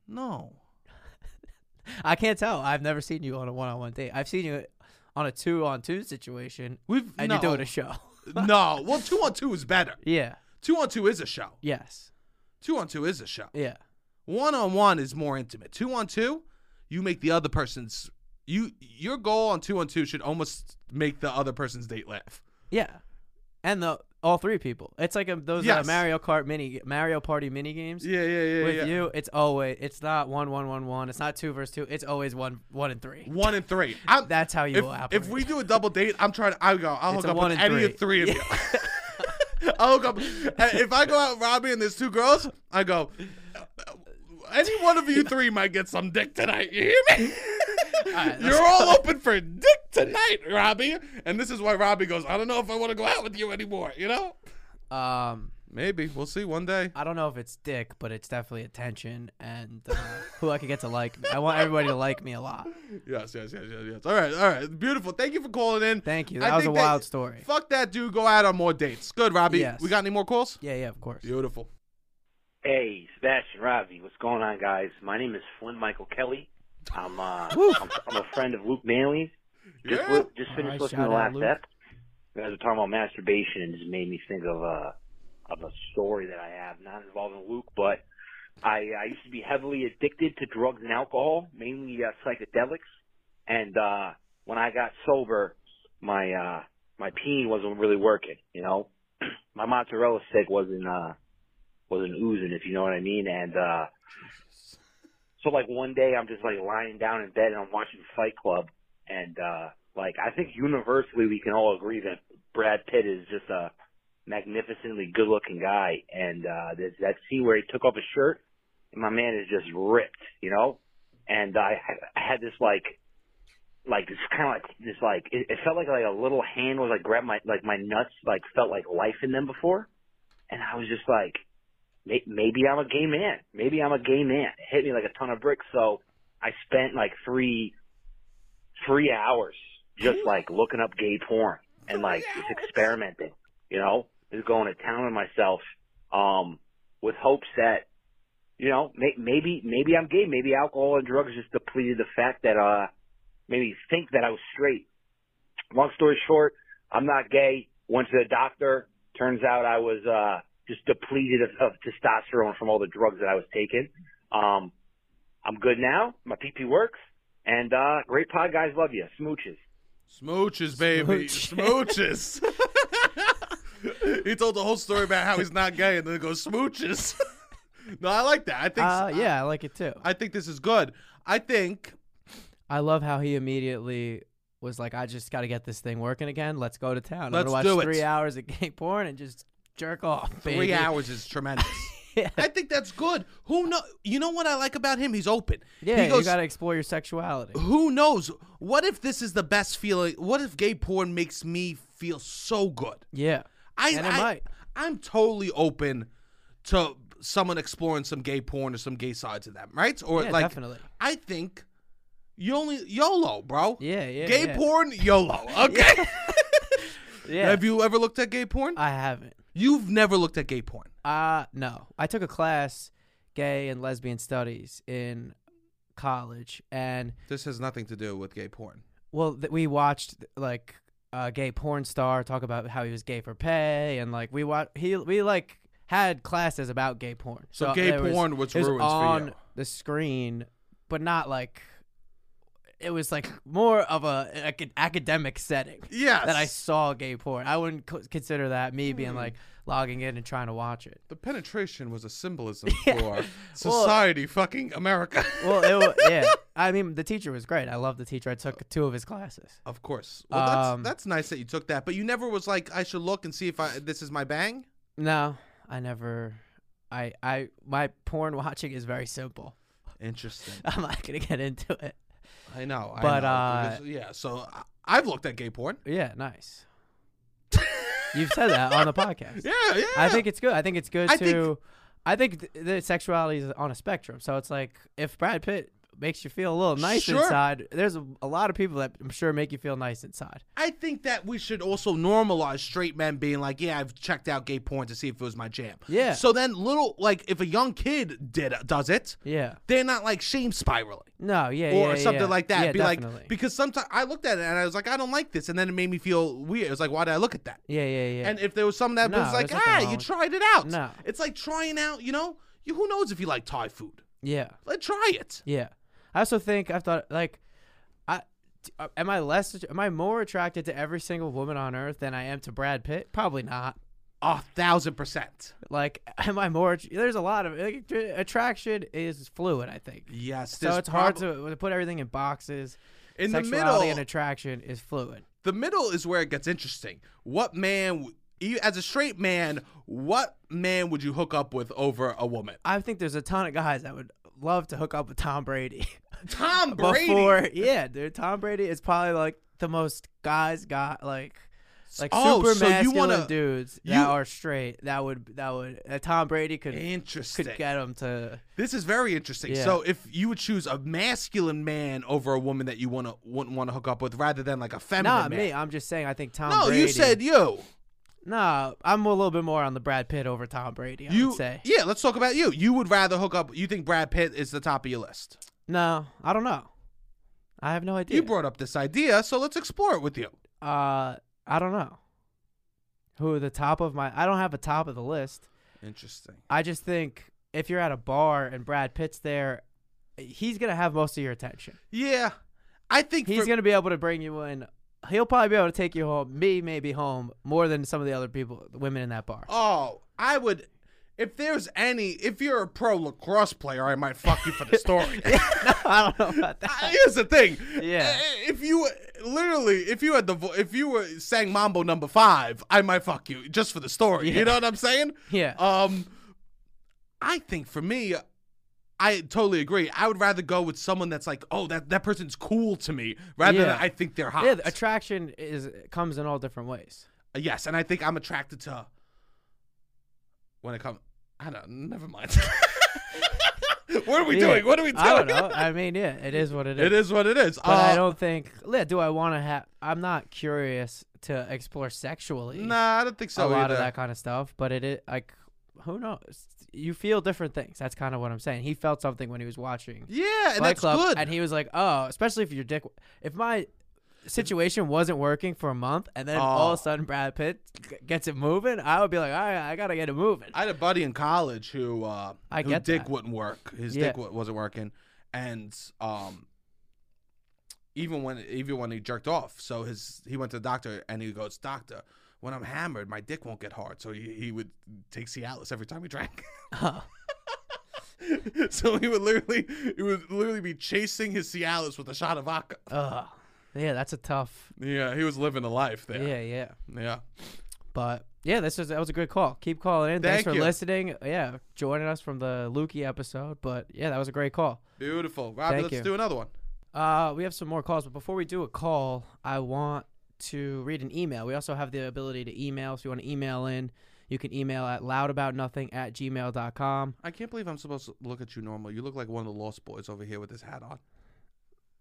Speaker 1: no.
Speaker 2: I can't tell. I've never seen you on a one on one date. I've seen you on a two on two situation,
Speaker 1: We've
Speaker 2: and
Speaker 1: no.
Speaker 2: you're doing a show.
Speaker 1: no. Well, two on two is better.
Speaker 2: yeah.
Speaker 1: Two on two is a show.
Speaker 2: Yes.
Speaker 1: Two on two is a show.
Speaker 2: Yeah.
Speaker 1: One on one is more intimate. Two on two, you make the other person's you your goal on two on two should almost make the other person's date laugh.
Speaker 2: Yeah. And the all three people. It's like um those uh,
Speaker 1: Yes.
Speaker 2: Mario Kart mini Mario Party mini games.
Speaker 1: Yeah, yeah, yeah.
Speaker 2: With
Speaker 1: yeah.
Speaker 2: you, it's always it's not one one one one. It's not two versus two. It's always one one and three.
Speaker 1: one and three. I'm,
Speaker 2: That's how you
Speaker 1: if,
Speaker 2: will operate.
Speaker 1: if we do a double date, I'm trying to. I go. I'll
Speaker 2: It's
Speaker 1: hook
Speaker 2: a
Speaker 1: up
Speaker 2: one
Speaker 1: with
Speaker 2: and
Speaker 1: any of three of you. I'll hook up. If I go out with Robbie and there's two girls, I go. Any one of you three might get some dick tonight. You hear me?
Speaker 2: right,
Speaker 1: You're all open for dick tonight, Robbie. And this is why Robbie goes. I don't know if I want to go out with you anymore. You know.
Speaker 2: um,
Speaker 1: Maybe we'll see one day.
Speaker 2: I don't know if it's dick, but it's definitely attention and uh, who I could get to like me. I want everybody to like me a lot.
Speaker 1: Yes, yes, yes, yes, yes. All right, all right. Beautiful. Thank you for calling in.
Speaker 2: Thank you.
Speaker 1: I
Speaker 2: That was a
Speaker 1: think that-
Speaker 2: wild story.
Speaker 1: Fuck that dude. Go out on more dates. Good, Robbie.
Speaker 2: Yes.
Speaker 1: We got any more calls?
Speaker 2: Yeah, yeah, of course.
Speaker 1: Beautiful.
Speaker 4: Hey, Sebastian, Ravi, what's going on, guys? My name is Flynn Michael Kelly. I'm uh,
Speaker 2: Woo.
Speaker 4: I'm, I'm a friend of Luke Manley's. Just
Speaker 1: Yeah.
Speaker 4: li- just
Speaker 2: All right,
Speaker 4: finished listening to the
Speaker 2: shout out,
Speaker 4: last
Speaker 2: Luke.
Speaker 4: step. You guys were talking about masturbation and just made me think of a of a story that I have, not involving Luke, but I, I used to be heavily addicted to drugs and alcohol, mainly uh, psychedelics. And uh, when I got sober, my uh, my peen wasn't really working. You know, my mozzarella stick wasn't uh, wasn't oozing, if you know what I mean. And uh, so like one day I'm just like lying down in bed and I'm watching Fight Club and uh like I think universally we can all agree that Brad Pitt is just a magnificently good looking guy and uh there's that scene where he took off his shirt and my man is just ripped, you know? And I, I had this like like this kind of like this like it, it felt like like a little hand was like grabbed my like my nuts like felt like life in them before and I was just like may- maybe I'm a gay man. Maybe I'm a gay man. It hit me like a ton of bricks. So I spent like three, three hours just like looking up gay porn and like just experimenting, you know, just going to town on myself, um, with hopes that, you know, may- maybe, maybe I'm gay. Maybe alcohol and drugs just depleted the fact that, uh, made me think that I was straight. Long story short, I'm not gay. Went to the doctor. Turns out I was uh, just depleted of, of testosterone from all the drugs that I was taking. Um, I'm good now. My PP works. And uh, great pod, guys. Love you. Smooches.
Speaker 1: Smooches, baby. Smooches.
Speaker 2: Smooches.
Speaker 1: he told the whole story about how he's not gay and then goes smooches. no, I like that. I think
Speaker 2: Uh, yeah, I like it too.
Speaker 1: I, think this is good. I think
Speaker 2: I love how he immediately was like, "I just got to get this thing working again. Let's go to town. I'm
Speaker 1: Let's
Speaker 2: gonna watch
Speaker 1: do it."
Speaker 2: three hours of gay porn and just jerk off,
Speaker 1: three
Speaker 2: baby."
Speaker 1: hours is tremendous.
Speaker 2: yeah,
Speaker 1: I think that's good. Who know? You know what I like about him? He's open.
Speaker 2: yeah.
Speaker 1: he goes,
Speaker 2: you gotta explore your sexuality.
Speaker 1: Who knows? What if this is the best feeling? What if gay porn makes me feel so good?
Speaker 2: Yeah,
Speaker 1: I,
Speaker 2: And it
Speaker 1: I
Speaker 2: might.
Speaker 1: I'm totally open to someone exploring some gay porn or some gay sides of them, right? Or
Speaker 2: yeah,
Speaker 1: like
Speaker 2: definitely.
Speaker 1: I think you only YOLO, bro.
Speaker 2: Yeah, yeah.
Speaker 1: gay
Speaker 2: yeah.
Speaker 1: porn, YOLO. Okay.
Speaker 2: Yeah,
Speaker 1: Have you ever looked at gay porn?
Speaker 2: I haven't.
Speaker 1: You've never looked at gay porn.
Speaker 2: Uh no. I took a class, gay and lesbian studies in college, and
Speaker 1: This has nothing to do with gay porn.
Speaker 2: well, th- we watched like a gay porn star talk about how he was gay for pay, and like we watched he we like had classes about gay porn.
Speaker 1: So gay
Speaker 2: there was-
Speaker 1: porn was
Speaker 2: it was
Speaker 1: ruins for
Speaker 2: on
Speaker 1: you.
Speaker 2: the screen, but not like it was like more of a like an academic setting.
Speaker 1: Yes.
Speaker 2: That I saw gay porn. I wouldn't co- consider that me being like logging in and trying to watch it.
Speaker 1: the penetration was a symbolism for society fucking America.
Speaker 2: Well, it wa yeah. I mean, the teacher was great. I love the teacher. I took two of his classes.
Speaker 1: of course. Well, that's,
Speaker 2: Um,
Speaker 1: that's nice that you took that, but you never was like, I should look and see if I this is my bang.
Speaker 2: No, I never. I I my porn watching is very simple.
Speaker 1: Interesting.
Speaker 2: I'm not gonna get into it.
Speaker 1: I know. I
Speaker 2: But,
Speaker 1: know.
Speaker 2: uh,
Speaker 1: Because- yeah, so I, I've looked at gay porn.
Speaker 2: Yeah, nice. You've said that on the podcast.
Speaker 1: Yeah, yeah.
Speaker 2: I think it's good. I think it's good
Speaker 1: I
Speaker 2: to.
Speaker 1: think-
Speaker 2: I think th- the sexuality is on a spectrum. So it's like if Brad Pitt makes you feel a little nice
Speaker 1: Sure.
Speaker 2: inside, there's a, a lot of people that I'm sure make you feel nice inside.
Speaker 1: I think that we should also normalize straight men being like, yeah, I've checked out gay porn to see if it was my jam.
Speaker 2: Yeah.
Speaker 1: So then, little like if a young kid did does it,
Speaker 2: Yeah.
Speaker 1: they're not like shame spiraling.
Speaker 2: No. Yeah.
Speaker 1: or
Speaker 2: yeah,
Speaker 1: something
Speaker 2: yeah.
Speaker 1: like that.
Speaker 2: Yeah,
Speaker 1: Be
Speaker 2: definitely.
Speaker 1: like, because sometimes I looked at it and I was like, I don't like this, and then it made me feel weird. It was like, why did I look at that?
Speaker 2: yeah. Yeah. Yeah.
Speaker 1: And if there was something that
Speaker 2: No,
Speaker 1: was like,
Speaker 2: there's nothing
Speaker 1: ah,
Speaker 2: wrong
Speaker 1: you
Speaker 2: with-
Speaker 1: tried it out.
Speaker 2: No.
Speaker 1: It's like trying out. You know, you who knows if you like Thai food?
Speaker 2: yeah.
Speaker 1: Like, try it.
Speaker 2: Yeah. I also think I've thought like, I t- uh, am I less att- am I more attracted to every single woman on earth than I am to Brad Pitt? Probably not.
Speaker 1: A thousand percent.
Speaker 2: Like, am I more? att- There's a lot of like, att- attraction is fluid. I think.
Speaker 1: Yes.
Speaker 2: So
Speaker 1: there's
Speaker 2: it's hard
Speaker 1: prob-
Speaker 2: to, to put everything in boxes.
Speaker 1: in the
Speaker 2: Sexuality
Speaker 1: middle.
Speaker 2: and attraction is fluid.
Speaker 1: the middle is where it gets interesting. What man, w- you- as a straight man, what man would you hook up with over a woman?
Speaker 2: I think there's a ton of guys that would love to hook up with Tom Brady.
Speaker 1: Tom Brady.
Speaker 2: Before, yeah, dude, Tom Brady is probably like the most guys got like like
Speaker 1: Oh,
Speaker 2: super
Speaker 1: so you
Speaker 2: masculine
Speaker 1: wanna-
Speaker 2: dudes that
Speaker 1: you-
Speaker 2: are straight. That would that would uh, Tom Brady could
Speaker 1: Interesting.
Speaker 2: could get him to
Speaker 1: This is very interesting.
Speaker 2: Yeah.
Speaker 1: So, if you would choose a masculine man over a woman that you want to wouldn't want to hook up with, rather than like a feminine
Speaker 2: not
Speaker 1: man.
Speaker 2: me. I'm just saying. I think Tom.
Speaker 1: no,
Speaker 2: Brady,
Speaker 1: you said you.
Speaker 2: nah. I'm a little bit more on the Brad Pitt over Tom Brady. I
Speaker 1: You
Speaker 2: would say
Speaker 1: yeah. Let's talk about you. You would rather hook up. You think Brad Pitt is the top of your list?
Speaker 2: no. I don't know. I have no idea.
Speaker 1: You brought up this idea, so let's explore it with you.
Speaker 2: uh, I don't know. Who are the top of my? I don't have a top of the list.
Speaker 1: Interesting.
Speaker 2: I just think if you're at a bar and Brad Pitt's there, he's gonna have most of your attention.
Speaker 1: Yeah, I think
Speaker 2: He's
Speaker 1: for-
Speaker 2: gonna be able to bring you in. He'll probably be able to take you home, me maybe home more than some of the other people, the women in that bar.
Speaker 1: Oh, I would. If there's any, if you're a pro lacrosse player, I might fuck you for the story.
Speaker 2: no, I don't know about that.
Speaker 1: I- Here's the thing.
Speaker 2: Yeah.
Speaker 1: I- If you literally, if you had the, vo- if you were sang Mambo number five, I might fuck you just for the story.
Speaker 2: Yeah.
Speaker 1: You know what I'm saying?
Speaker 2: Yeah.
Speaker 1: Um, I think for me, I totally agree. I would rather go with someone that's like, oh, that that person's cool to me, rather
Speaker 2: Yeah.
Speaker 1: than I think they're hot.
Speaker 2: yeah, the attraction is comes in all different ways.
Speaker 1: yes, and I think I'm attracted to. When it comes, I don't. Never mind. what are we
Speaker 2: Yeah.
Speaker 1: doing? What are we doing?
Speaker 2: I don't know. I mean, yeah, it is what it is.
Speaker 1: It is what it is.
Speaker 2: But I
Speaker 1: Uh,
Speaker 2: don't think. Yeah, do I want to have? I'm not curious to explore sexually.
Speaker 1: Nah, I don't think so.
Speaker 2: a lot
Speaker 1: either.
Speaker 2: of that kind of stuff. But it is like, who knows? You feel different things. That's kind of what I'm saying. He felt something when he was watching
Speaker 1: Yeah, and
Speaker 2: Fight
Speaker 1: that's
Speaker 2: Club,
Speaker 1: good.
Speaker 2: and he was like, oh, especially if your dick, if my situation wasn't working for a month, and then all of
Speaker 1: Oh.
Speaker 2: a sudden Brad Pitt g- gets it moving, I would be like, all right, I gotta get it moving.
Speaker 1: I had a buddy in college who uh
Speaker 2: I
Speaker 1: who
Speaker 2: get
Speaker 1: dick
Speaker 2: that.
Speaker 1: wouldn't work. His
Speaker 2: Yeah.
Speaker 1: dick w- wasn't working and um even when even when he jerked off, so his he went to the doctor and he goes, "Doctor, when I'm hammered, my dick won't get hard." So he, he would take Cialis every time he drank. so he would literally he would literally be chasing his Cialis with a shot of vodka.
Speaker 2: Ugh. yeah, that's a tough.
Speaker 1: Yeah, he was living a life there.
Speaker 2: Yeah, yeah.
Speaker 1: Yeah.
Speaker 2: But yeah, this was that was a good call. Keep calling in.
Speaker 1: Thank
Speaker 2: Thanks for
Speaker 1: you.
Speaker 2: listening. Yeah, joining us from the Lukey episode. But yeah, that was a great call.
Speaker 1: Beautiful. Robbie,
Speaker 2: Thank
Speaker 1: let's
Speaker 2: you.
Speaker 1: do another one.
Speaker 2: Uh, we have some more calls, but before we do a call, I want to read an email. We also have the ability to email. So if you want to email in, you can email at loudaboutnothing at gmail.com.
Speaker 1: I can't believe I'm supposed to look at you normal. You look like one of the lost boys over here with this hat on.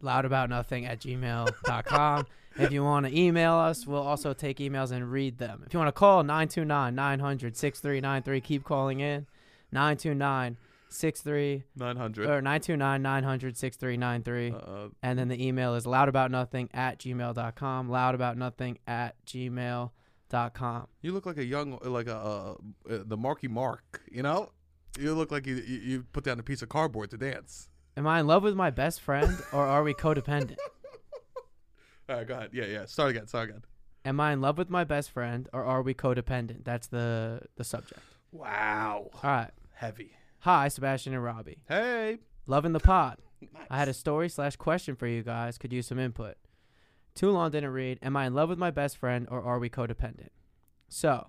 Speaker 2: Loudaboutnothing at gmail.com. if you want to email us, we'll also take emails and read them. If you want to call, 929 900 6393. Keep calling in. 929 63
Speaker 1: Nine hundred.
Speaker 2: or 929 900 6393.
Speaker 1: Uh,
Speaker 2: And then the email is loudaboutnothing at gmail.com. Loudaboutnothing at gmail.com.
Speaker 1: you look like a young, like a uh, uh, the Marky Mark. You know, you look like you, you you put down a piece of cardboard to dance.
Speaker 2: Am I in love with my best friend or are we codependent?
Speaker 1: All right, go ahead. Yeah, yeah. Start again. Start again.
Speaker 2: Am I in love with my best friend or are we codependent? That's the, the subject.
Speaker 1: Wow.
Speaker 2: All right.
Speaker 1: Heavy.
Speaker 2: Hi, Sebastian and Robbie.
Speaker 1: Hey.
Speaker 2: Loving the pod.
Speaker 1: Nice.
Speaker 2: I had a story slash question for you guys. Could use some input. Too long didn't read. Am I in love with my best friend or are we codependent? So,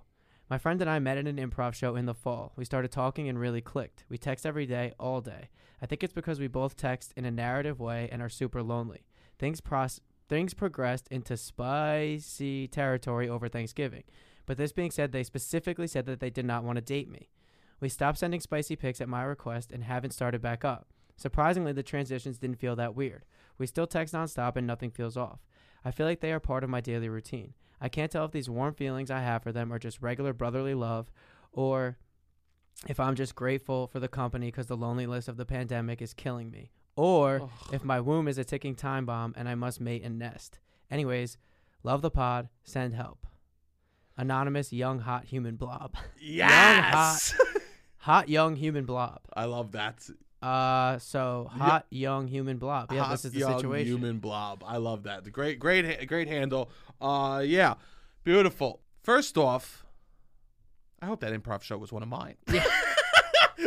Speaker 2: my friend and I met at an improv show in the fall. We started talking and really clicked. We text every day, all day. I think it's because we both text in a narrative way and are super lonely. Things pros- things progressed into spicy territory over Thanksgiving. But this being said, they specifically said that they did not want to date me. We stopped sending spicy pics at my request and haven't started back up. Surprisingly, the transitions didn't feel that weird. We still text nonstop and nothing feels off. I feel like they are part of my daily routine. I can't tell if these warm feelings I have for them are just regular brotherly love or if I'm just grateful for the company because the loneliness of the pandemic is killing me, or if my womb is a ticking time bomb and I must mate and nest. Anyways, love the pod, send help. Anonymous young hot human blob.
Speaker 1: Yes.
Speaker 2: hot young human blob.
Speaker 1: I love that.
Speaker 2: Uh, so hot young human blob. Yeah,
Speaker 1: Hot
Speaker 2: this is the
Speaker 1: young
Speaker 2: situation.
Speaker 1: Human blob. I love that. Great, great, ha- great handle. Uh, yeah, beautiful. First off, I hope that improv show was one of mine.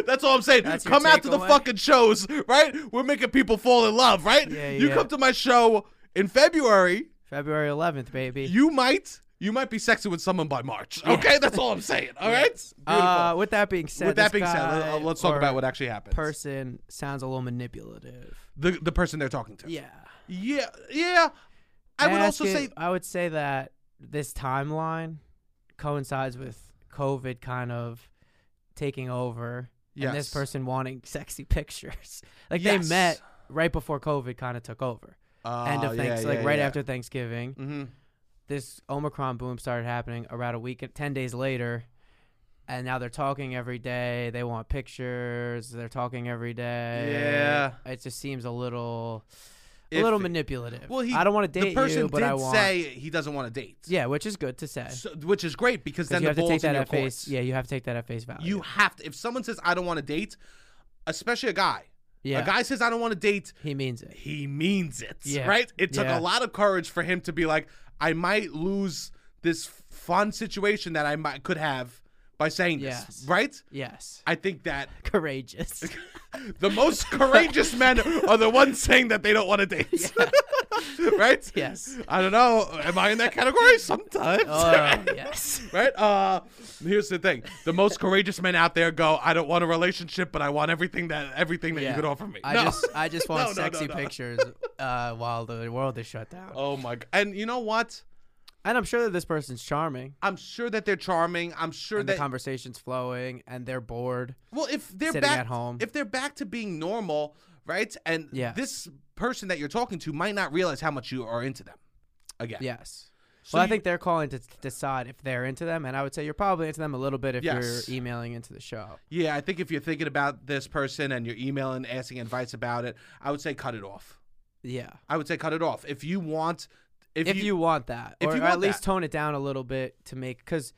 Speaker 1: That's all I'm saying.
Speaker 2: That's your
Speaker 1: come out to the
Speaker 2: takeaway?
Speaker 1: fucking shows, right? We're making people fall in love, right?
Speaker 2: Yeah,
Speaker 1: you
Speaker 2: yeah.
Speaker 1: come to my show in February,
Speaker 2: February 11th, baby.
Speaker 1: you might you might be sexy with someone by March. Okay, that's all I'm saying. All right, beautiful.
Speaker 2: uh, with that being said,
Speaker 1: with that
Speaker 2: this
Speaker 1: being said, let-
Speaker 2: guy
Speaker 1: uh, let's talk
Speaker 2: or
Speaker 1: about what actually happened.
Speaker 2: person sounds a little manipulative.
Speaker 1: the the person they're talking to.
Speaker 2: Yeah,
Speaker 1: yeah. yeah. I would also
Speaker 2: Ask
Speaker 1: say
Speaker 2: it- I would say that this timeline coincides with COVID kind of taking over, and
Speaker 1: Yes.
Speaker 2: this person wanting sexy pictures. like
Speaker 1: Yes.
Speaker 2: they met right before COVID kind of took over.
Speaker 1: Oh,
Speaker 2: End of Thanks, like right after Thanksgiving.
Speaker 1: Mm-hmm.
Speaker 2: this Omicron boom started happening around a week, ten days later, and now they're talking every day. They want pictures. They're talking every day.
Speaker 1: Yeah.
Speaker 2: it just seems a little, a
Speaker 1: Iffy.
Speaker 2: little manipulative.
Speaker 1: Well, he,
Speaker 2: I don't want to
Speaker 1: the
Speaker 2: date
Speaker 1: person
Speaker 2: you, but
Speaker 1: did
Speaker 2: I want.
Speaker 1: say he doesn't want to date.
Speaker 2: yeah, which is good to say.
Speaker 1: So, which is great because
Speaker 2: 'cause
Speaker 1: then
Speaker 2: you
Speaker 1: the
Speaker 2: have to
Speaker 1: ball's
Speaker 2: take
Speaker 1: in
Speaker 2: that
Speaker 1: your
Speaker 2: at face.
Speaker 1: court.
Speaker 2: Yeah, you have to take that at face value.
Speaker 1: You have to. If someone says I don't want to date, especially a guy,
Speaker 2: yeah,
Speaker 1: a guy says I don't want to date,
Speaker 2: he means it.
Speaker 1: he means it.
Speaker 2: Yeah.
Speaker 1: Right? It took
Speaker 2: Yeah.
Speaker 1: a lot of courage for him to be like, I might lose this fun situation that I might could have by saying
Speaker 2: Yes.
Speaker 1: this. Right?
Speaker 2: Yes,
Speaker 1: I think that
Speaker 2: courageous.
Speaker 1: the most courageous men are the ones saying that they don't want to date. right?
Speaker 2: Yes.
Speaker 1: I don't know. Am I in that category? Sometimes.
Speaker 2: oh yes.
Speaker 1: right? Uh, here's the thing: the most courageous men out there go, "I don't want a relationship, but I want everything that everything that
Speaker 2: Yeah.
Speaker 1: you could offer me."
Speaker 2: I
Speaker 1: No.
Speaker 2: just, I just want
Speaker 1: No, no, no,
Speaker 2: sexy
Speaker 1: no.
Speaker 2: pictures uh, while the world is shut down.
Speaker 1: oh my! g- And you know what?
Speaker 2: And I'm sure that this person's charming.
Speaker 1: I'm sure that they're charming. I'm sure
Speaker 2: and
Speaker 1: that
Speaker 2: the conversation's flowing and they're bored.
Speaker 1: well, if they're
Speaker 2: sitting
Speaker 1: back
Speaker 2: at home.
Speaker 1: if they're back to being normal, right? And
Speaker 2: Yeah.
Speaker 1: this person that you're talking to might not realize how much you are into them. Again,
Speaker 2: Yes.
Speaker 1: So
Speaker 2: well,
Speaker 1: you-
Speaker 2: I think they're calling to t- decide if they're into them, and I would say you're probably into them a little bit if
Speaker 1: Yes.
Speaker 2: you're emailing into the show.
Speaker 1: yeah. I think if you're thinking about this person and you're emailing, asking advice about it, I would say cut it off.
Speaker 2: Yeah.
Speaker 1: I would say cut it off. If you want, if,
Speaker 2: If, you, want that,
Speaker 1: if
Speaker 2: or,
Speaker 1: you
Speaker 2: or at
Speaker 1: want
Speaker 2: least
Speaker 1: that.
Speaker 2: tone it down a little bit to make because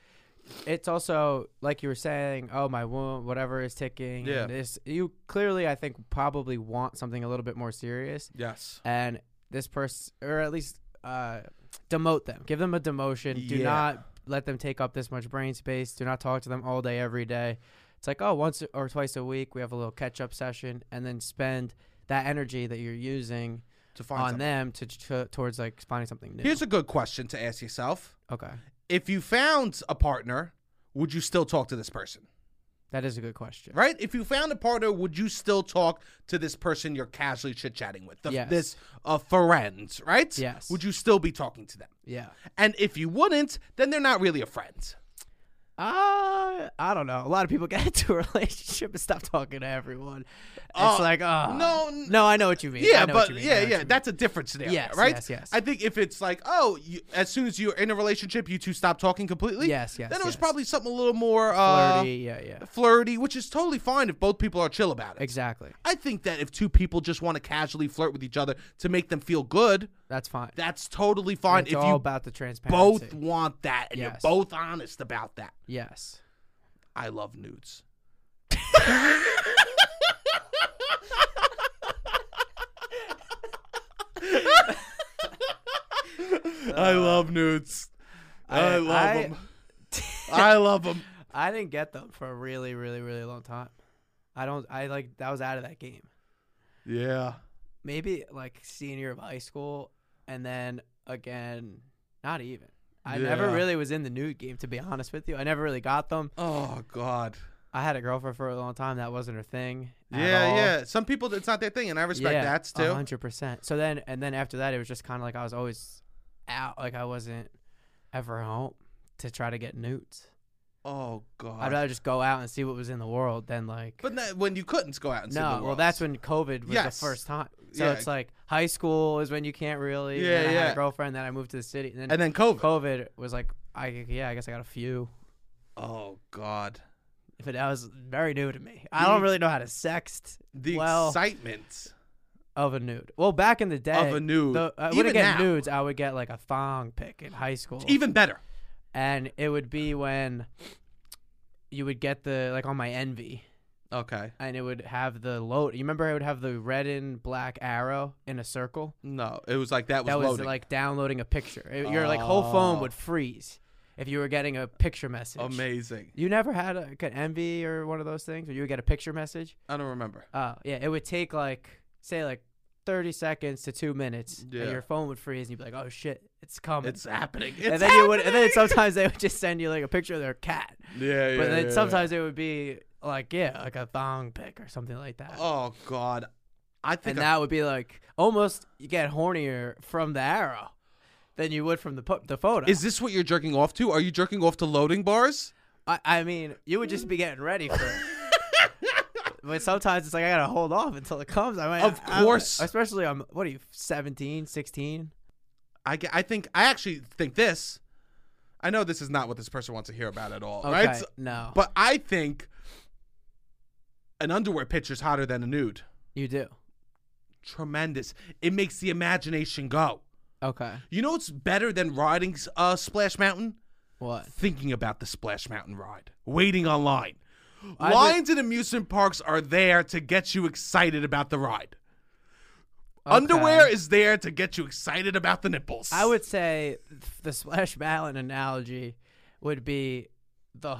Speaker 2: it's also like you were saying, oh my womb, whatever is ticking.
Speaker 1: Yeah.
Speaker 2: And this you clearly, I think, probably want something a little bit more serious,
Speaker 1: yes,
Speaker 2: and this person, or at least uh, demote them, give them a demotion. Do
Speaker 1: Yeah.
Speaker 2: not let them take up this much brain space. Do not talk to them all day every day. It's like oh, once or twice a week we have a little catch up session, and then spend that energy that you're using
Speaker 1: to find
Speaker 2: on
Speaker 1: something.
Speaker 2: them to, to towards like finding something new.
Speaker 1: Here's a good question to ask yourself.
Speaker 2: okay,
Speaker 1: if you found a partner, would you still talk to this person?
Speaker 2: That is a good question.
Speaker 1: Right? If you found a partner, would you still talk to this person you're casually chit chatting with? The,
Speaker 2: Yes.
Speaker 1: This uh, friend, right?
Speaker 2: Yes.
Speaker 1: Would you still be talking to them?
Speaker 2: Yeah.
Speaker 1: And if you wouldn't, then they're not really a friend.
Speaker 2: Uh, I don't know. A lot of people get into a relationship and stop talking to everyone. It's
Speaker 1: Uh,
Speaker 2: like, oh,
Speaker 1: no, n-
Speaker 2: no, I know what you mean.
Speaker 1: Yeah,
Speaker 2: I know
Speaker 1: but
Speaker 2: what you mean. I know
Speaker 1: yeah,
Speaker 2: what you
Speaker 1: yeah,
Speaker 2: mean.
Speaker 1: that's a different scenario,
Speaker 2: Yes,
Speaker 1: right?
Speaker 2: yes, yes.
Speaker 1: I think if it's like, oh, you, as soon as you're in a relationship, you two stop talking completely.
Speaker 2: Yes, yes,
Speaker 1: Then it was
Speaker 2: yes.
Speaker 1: probably something a little more uh,
Speaker 2: flirty. yeah, yeah,
Speaker 1: flirty, which is totally fine if both people are chill about it.
Speaker 2: exactly.
Speaker 1: I think that if two people just want to casually flirt with each other to make them feel good,
Speaker 2: That's fine.
Speaker 1: that's totally fine.
Speaker 2: it's
Speaker 1: if
Speaker 2: all
Speaker 1: you
Speaker 2: about the transparency.
Speaker 1: both want that and
Speaker 2: Yes.
Speaker 1: you're both honest about that,
Speaker 2: Yes.
Speaker 1: I love nudes. I love nudes. I,
Speaker 2: Uh, I-
Speaker 1: love
Speaker 2: I-
Speaker 1: them. I love them.
Speaker 2: I didn't get them for a really, really, really long time. I don't. I like that was out of that game.
Speaker 1: Yeah.
Speaker 2: Maybe like senior of high school, and then again, not even. I never
Speaker 1: Yeah.
Speaker 2: really was in the nude game, to be honest with you. I never really got them.
Speaker 1: Oh God.
Speaker 2: I had a girlfriend for a long time. That wasn't her thing. at
Speaker 1: Yeah,
Speaker 2: all.
Speaker 1: yeah. Some people, it's not their thing, and I respect
Speaker 2: yeah,
Speaker 1: that
Speaker 2: a
Speaker 1: too.
Speaker 2: hundred percent. So then, and then after that, it was just kind of like I was always out, like I wasn't ever home to try to get newts.
Speaker 1: Oh
Speaker 2: I'd
Speaker 1: God.
Speaker 2: rather just go out and see what was in the world than like.
Speaker 1: but not, when you couldn't go out and see the
Speaker 2: no,
Speaker 1: world.
Speaker 2: well, that's when COVID was
Speaker 1: Yes.
Speaker 2: the first time. So
Speaker 1: Yeah.
Speaker 2: it's like high school is when you can't really. and
Speaker 1: Yeah,
Speaker 2: then I had
Speaker 1: yeah.
Speaker 2: a girlfriend, then I moved to the city, and then,
Speaker 1: and then COVID.
Speaker 2: COVID was like, I yeah, I guess I got a few.
Speaker 1: Oh God.
Speaker 2: But that was very new to me. I don't
Speaker 1: The-
Speaker 2: really know how to sext
Speaker 1: The
Speaker 2: Well-
Speaker 1: excitement.
Speaker 2: of a nude. Well, back in the day,
Speaker 1: a nude.
Speaker 2: the- I
Speaker 1: Even
Speaker 2: wouldn't
Speaker 1: now.
Speaker 2: get nudes. I would get like a thong pic in high school.
Speaker 1: Even better.
Speaker 2: and it would be when you would get the like on my envy
Speaker 1: Okay.
Speaker 2: and it would have the load you remember it would have the red and black arrow in a circle
Speaker 1: No, it was like that was,
Speaker 2: that was
Speaker 1: loading.
Speaker 2: like downloading a picture It- your like whole phone
Speaker 1: Oh.
Speaker 2: would freeze if you were getting a picture message
Speaker 1: amazing.
Speaker 2: you never had a, like an envy or one of those things where you would get a picture message
Speaker 1: I don't remember.
Speaker 2: oh yeah it would take like say like 30 seconds to two minutes
Speaker 1: Yeah.
Speaker 2: and your phone would freeze and you'd be like oh shit it's coming
Speaker 1: It's happening. It's
Speaker 2: and then you would and then sometimes they would just send you like a picture of their cat
Speaker 1: Yeah, yeah.
Speaker 2: But then
Speaker 1: yeah,
Speaker 2: sometimes it would be like, yeah, like a thong pick or something like that.
Speaker 1: yeah. Oh God, I think
Speaker 2: and
Speaker 1: I-
Speaker 2: that would be like almost you get hornier from the arrow than you would from the po- the photo.
Speaker 1: is this what you're jerking off to? Are you jerking off to loading bars?
Speaker 2: I, I mean, you would just be getting ready for it. but sometimes it's like I gotta hold off until it comes. I mean,
Speaker 1: Of
Speaker 2: I- I-
Speaker 1: course.
Speaker 2: especially I'm what are you 17, 16?
Speaker 1: I, ge- I think I actually think this. I know this is not what this person wants to hear about at all,
Speaker 2: Okay,
Speaker 1: right? So-
Speaker 2: no,
Speaker 1: But I think an underwear picture is hotter than a nude.
Speaker 2: you do.
Speaker 1: Tremendous. It makes the imagination go.
Speaker 2: Okay,
Speaker 1: You know what's better than riding uh, Splash Mountain?
Speaker 2: what?
Speaker 1: thinking about the Splash Mountain ride, waiting on line.
Speaker 2: I would-
Speaker 1: Lines in amusement parks are there to get you excited about the ride. Underwear
Speaker 2: Okay.
Speaker 1: is there to get you excited about the nipples.
Speaker 2: I would say the Splash Mountain analogy would be the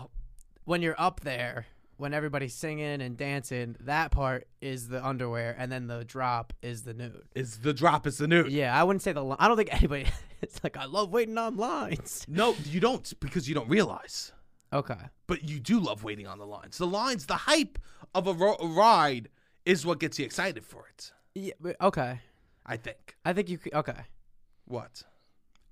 Speaker 2: when you're up there, when everybody's singing and dancing, that part is the underwear, and then the drop is the nude.
Speaker 1: Is the drop is the nude?
Speaker 2: Yeah, I wouldn't say the. Li- I don't think anybody. It's like I love waiting on lines.
Speaker 1: No, you don't because you don't realize.
Speaker 2: Okay.
Speaker 1: But you do love waiting on the lines. The lines, the hype of a ro- ride is what gets you excited for it.
Speaker 2: Yeah. but- Okay.
Speaker 1: I think.
Speaker 2: I think you. c- Okay.
Speaker 1: What?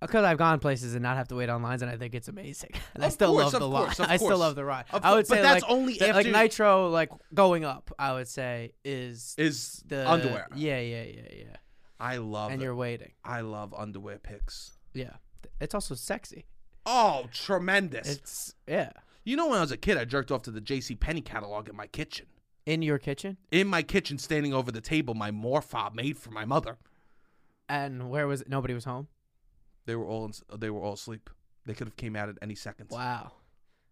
Speaker 2: Because I've gone places and not have to wait on lines, and I think it's amazing. And I
Speaker 1: Of
Speaker 2: still
Speaker 1: course,
Speaker 2: love
Speaker 1: of
Speaker 2: the
Speaker 1: course,
Speaker 2: line.
Speaker 1: of
Speaker 2: I still
Speaker 1: course.
Speaker 2: love the ride.
Speaker 1: Of
Speaker 2: I
Speaker 1: cour-
Speaker 2: would
Speaker 1: but
Speaker 2: say
Speaker 1: that's
Speaker 2: like,
Speaker 1: only
Speaker 2: the- like
Speaker 1: after-
Speaker 2: Nitro, like going up. I would say is
Speaker 1: Is
Speaker 2: the
Speaker 1: underwear.
Speaker 2: Yeah, yeah, yeah, yeah.
Speaker 1: I love
Speaker 2: and
Speaker 1: it.
Speaker 2: you're waiting.
Speaker 1: I love underwear pics.
Speaker 2: Yeah, Th- it's also sexy.
Speaker 1: Oh, tremendous.
Speaker 2: It's yeah,
Speaker 1: You know, when I was a kid, I jerked off to the J.C. Penney catalog in my kitchen.
Speaker 2: in your kitchen.
Speaker 1: In my kitchen, standing over the table, my Morphob made for my mother.
Speaker 2: And where was nobody was home?
Speaker 1: They were all in, they were all asleep. They could have came out at any second.
Speaker 2: Wow,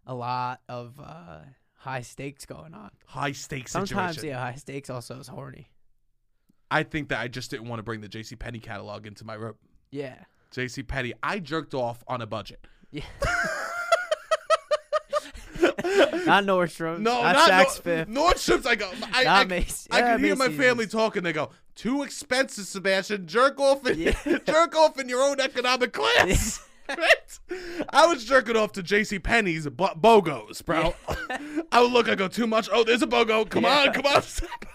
Speaker 2: a lot of uh, high stakes going on.
Speaker 1: High stakes
Speaker 2: Sometimes
Speaker 1: situation.
Speaker 2: yeah, high stakes also is horny.
Speaker 1: I think that I just didn't want to bring the J.C. Penney catalog into my room.
Speaker 2: Yeah,
Speaker 1: J.C. Penney, I jerked off on a budget.
Speaker 2: yeah. not Nordstrom.
Speaker 1: No,
Speaker 2: not,
Speaker 1: not
Speaker 2: Saks
Speaker 1: no,
Speaker 2: Fifth.
Speaker 1: Nordstrom's. I go. I,
Speaker 2: Not
Speaker 1: I,
Speaker 2: Macy's.
Speaker 1: I
Speaker 2: Yeah,
Speaker 1: can hear my
Speaker 2: Macy's
Speaker 1: family
Speaker 2: is-
Speaker 1: talking. They go, too expensive, Sebastian. Jerk off in
Speaker 2: Yeah.
Speaker 1: jerk off in your own economic class. Right? I was jerking off to J.C. Penney's bo- bogos, bro. I would look, I go too much. Oh, there's a bogo. Come on, come on. stop."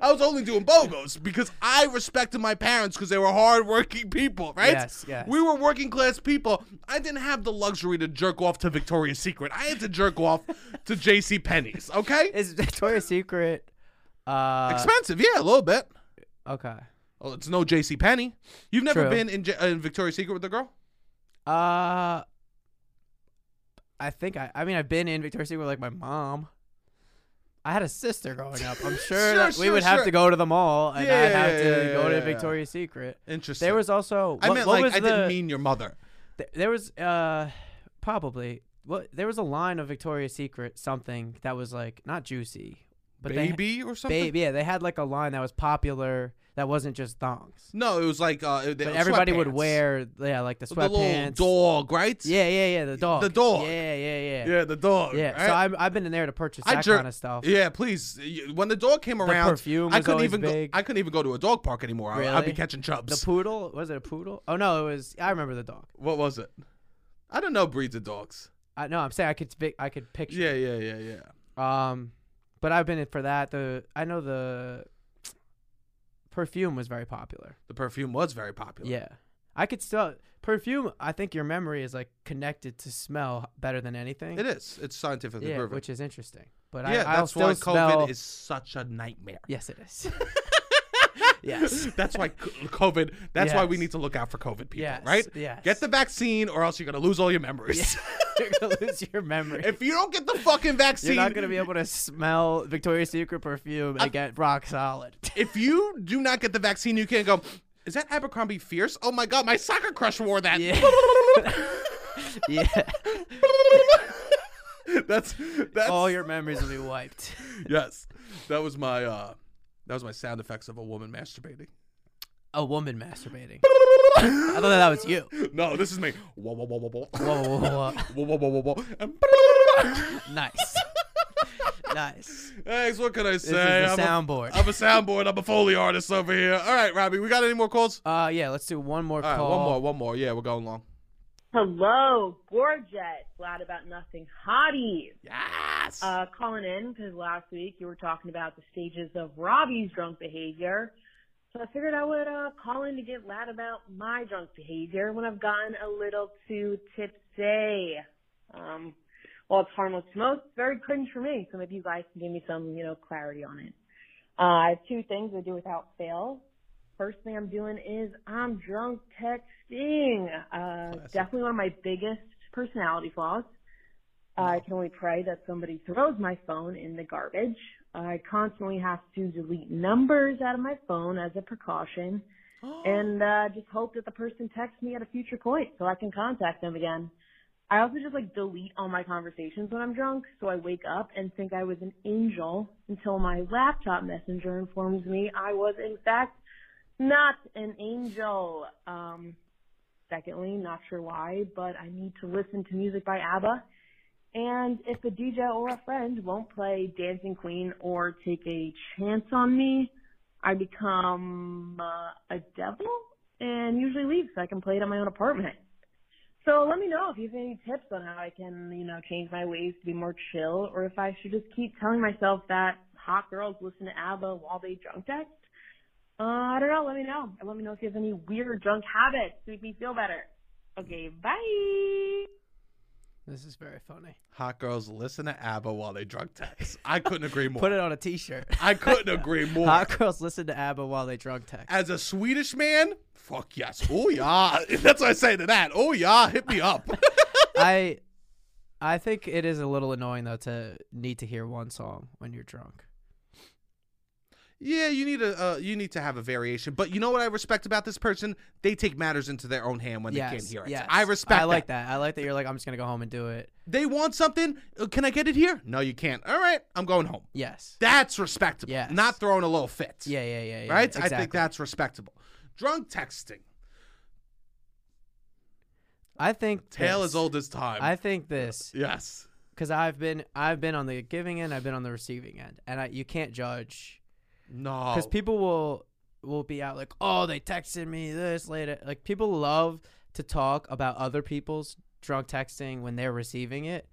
Speaker 1: I was only doing bogos because I respected my parents because they were hardworking people, right?
Speaker 2: Yes, yes.
Speaker 1: We were working class people. I didn't have the luxury to jerk off to Victoria's Secret. I had to jerk off to J.C. Penney's. Okay,
Speaker 2: Is Victoria's Secret? Uh,
Speaker 1: expensive, yeah, a little bit.
Speaker 2: okay.
Speaker 1: Oh, it's no J.C. Penney. You've never
Speaker 2: True.
Speaker 1: been in, J- uh, in Victoria's Secret with a girl.
Speaker 2: Uh, I think I. I mean, I've been in Victoria's Secret with like my mom. I had a sister growing up. I'm sure,
Speaker 1: Sure,
Speaker 2: that we
Speaker 1: sure,
Speaker 2: would have
Speaker 1: sure.
Speaker 2: to go to the mall, and
Speaker 1: Yeah,
Speaker 2: I'd have to
Speaker 1: yeah, yeah,
Speaker 2: go
Speaker 1: yeah,
Speaker 2: to
Speaker 1: yeah.
Speaker 2: Victoria's Secret.
Speaker 1: Interesting.
Speaker 2: There was also.
Speaker 1: I
Speaker 2: what-
Speaker 1: meant
Speaker 2: what
Speaker 1: like
Speaker 2: was
Speaker 1: I
Speaker 2: the-
Speaker 1: didn't mean your mother.
Speaker 2: Th- there was uh probably well there was a line of Victoria's Secret something that was like not juicy, but they
Speaker 1: baby or something.
Speaker 2: baby yeah they had like a line that was popular that wasn't just thongs,
Speaker 1: No, it was like uh, it-
Speaker 2: but
Speaker 1: uh,
Speaker 2: everybody would
Speaker 1: sweatpants.
Speaker 2: wear yeah like the
Speaker 1: the little
Speaker 2: sweatpants.
Speaker 1: dog, right?
Speaker 2: yeah, yeah, yeah, the dog.
Speaker 1: dog.
Speaker 2: Yeah, yeah, yeah.
Speaker 1: yeah, the dog.
Speaker 2: Yeah,
Speaker 1: right?
Speaker 2: so I'm, I've been in there to purchase
Speaker 1: I
Speaker 2: that
Speaker 1: jer-
Speaker 2: kind of stuff.
Speaker 1: Yeah, please. Y- When the dog came
Speaker 2: The
Speaker 1: around,
Speaker 2: perfume
Speaker 1: I
Speaker 2: was
Speaker 1: couldn't
Speaker 2: always
Speaker 1: even
Speaker 2: big.
Speaker 1: go. I couldn't even go to a dog park anymore. I, I'd be
Speaker 2: Really?
Speaker 1: catching
Speaker 2: The
Speaker 1: chubs.
Speaker 2: poodle was it a poodle? Oh no, it was. I remember the dog.
Speaker 1: what was it? I don't know breeds of dogs.
Speaker 2: I no, I'm saying I could pic- I could picture.
Speaker 1: Yeah, yeah, yeah, yeah.
Speaker 2: Um, but I've been in for that. The I know the perfume was very popular.
Speaker 1: The perfume was very popular.
Speaker 2: Yeah, I could still perfume. I think your memory is like connected to smell better than anything.
Speaker 1: it is. It's scientifically
Speaker 2: yeah,
Speaker 1: proven.
Speaker 2: which is interesting. But
Speaker 1: yeah,
Speaker 2: I,
Speaker 1: that's
Speaker 2: I'll
Speaker 1: why
Speaker 2: still
Speaker 1: COVID
Speaker 2: smell-
Speaker 1: is such a nightmare.
Speaker 2: Yes, it is. yes.
Speaker 1: That's why c- COVID. That's why we
Speaker 2: Yes.
Speaker 1: need to look out for COVID people,
Speaker 2: Yes,
Speaker 1: right?
Speaker 2: yes.
Speaker 1: Get the vaccine, or else you're gonna lose all your memories.
Speaker 2: You're gonna lose your memory.
Speaker 1: if you don't get the fucking vaccine,
Speaker 2: You're not gonna be able to smell Victoria's Secret perfume and get rock solid.
Speaker 1: If you do not get the vaccine, you can't go. Is that Abercrombie Fierce? Oh my god, my soccer crush wore that.
Speaker 2: Yeah. yeah.
Speaker 1: that's that's
Speaker 2: All your memories will be wiped.
Speaker 1: yes. That was my uh, that was my sound effects of a woman masturbating.
Speaker 2: A woman masturbating. I thought that was you.
Speaker 1: No, this is me. Whoa, whoa, whoa, whoa, whoa.
Speaker 2: Whoa, whoa, whoa, whoa.
Speaker 1: Whoa, whoa, whoa, whoa, whoa. And
Speaker 2: Nice. nice.
Speaker 1: Thanks. What can I
Speaker 2: This
Speaker 1: say?
Speaker 2: is the
Speaker 1: I'm a-
Speaker 2: soundboard.
Speaker 1: I'm a soundboard. I'm a Foley artist over here. All right, Robbie, we got any more calls?
Speaker 2: Uh, yeah, let's do one more
Speaker 1: All right,
Speaker 2: call.
Speaker 1: one more, one more. Yeah, we're going long.
Speaker 3: Hello, gorgeous, loud about nothing, hotties.
Speaker 1: Yes.
Speaker 3: Uh, calling in because last week you were talking about the stages of Robbie's drunk behavior. So I figured I would uh, call in to get loud about my drunk behavior when I've gotten a little too tipsy. Um, well, it's harmless to most, very cringe for me. So maybe you guys can give me some, you know, clarity on it. Uh, I have two things I do without fail. First thing I'm doing is I'm drunk texting. Uh,
Speaker 1: Classic.
Speaker 3: definitely one of my biggest personality flaws. I can only pray that somebody throws my phone in the garbage. I constantly have to delete numbers out of my phone as a precaution and uh, just hope that the person texts me at a future point so I can contact them again. I also just like delete all my conversations when I'm drunk, so I wake up and think I was an angel until my laptop messenger informs me I was in fact not an angel. Um, secondly, not sure why, but I need to listen to music by ABBA. And if a DJ or a friend won't play Dancing Queen or take a chance on me, I become uh, a devil and usually leave so I can play it at my own apartment. So let me know if you have any tips on how I can, you know, change my ways to be more chill or if I should just keep telling myself that hot girls listen to ABBA while they drunk text. Uh, I don't know. Let me know. And let me know if you have any weird drunk habits to make me feel better. Okay, bye.
Speaker 2: This is very funny.
Speaker 1: Hot girls listen to ABBA while they drug text. I couldn't agree more.
Speaker 2: Put it on a T-shirt.
Speaker 1: I couldn't agree more.
Speaker 2: Hot girls listen to ABBA while they drug text.
Speaker 1: As a Swedish man, fuck yes. Oh yeah, that's what I say to that. Oh yeah, hit me up.
Speaker 2: I I think it is a little annoying though to need to hear one song when you're drunk.
Speaker 1: yeah, you need a uh, you need to have a variation. But you know what I respect about this person? They take matters into their own hand when
Speaker 2: yes,
Speaker 1: they can't hear it.
Speaker 2: yes.
Speaker 1: I respect.
Speaker 2: I like that. I like that you're like I'm just gonna go home and do it.
Speaker 1: They want something. Uh, Can I get it here? No, you can't. All right, I'm going home.
Speaker 2: Yes.
Speaker 1: That's respectable.
Speaker 2: Yes.
Speaker 1: Not throwing a little fit.
Speaker 2: Yeah, yeah, yeah. yeah
Speaker 1: Right.
Speaker 2: Exactly.
Speaker 1: I think that's respectable. Drunk texting.
Speaker 2: I think
Speaker 1: Tale
Speaker 2: this-
Speaker 1: as old as time.
Speaker 2: I think this
Speaker 1: yes.
Speaker 2: because I've been I've been on the giving end, I've been on the receiving end, and I, you can't judge
Speaker 1: No.
Speaker 2: "Oh, because people will will be out like, oh, they texted me this later. Like people love to talk about other people's drunk texting when they're receiving it,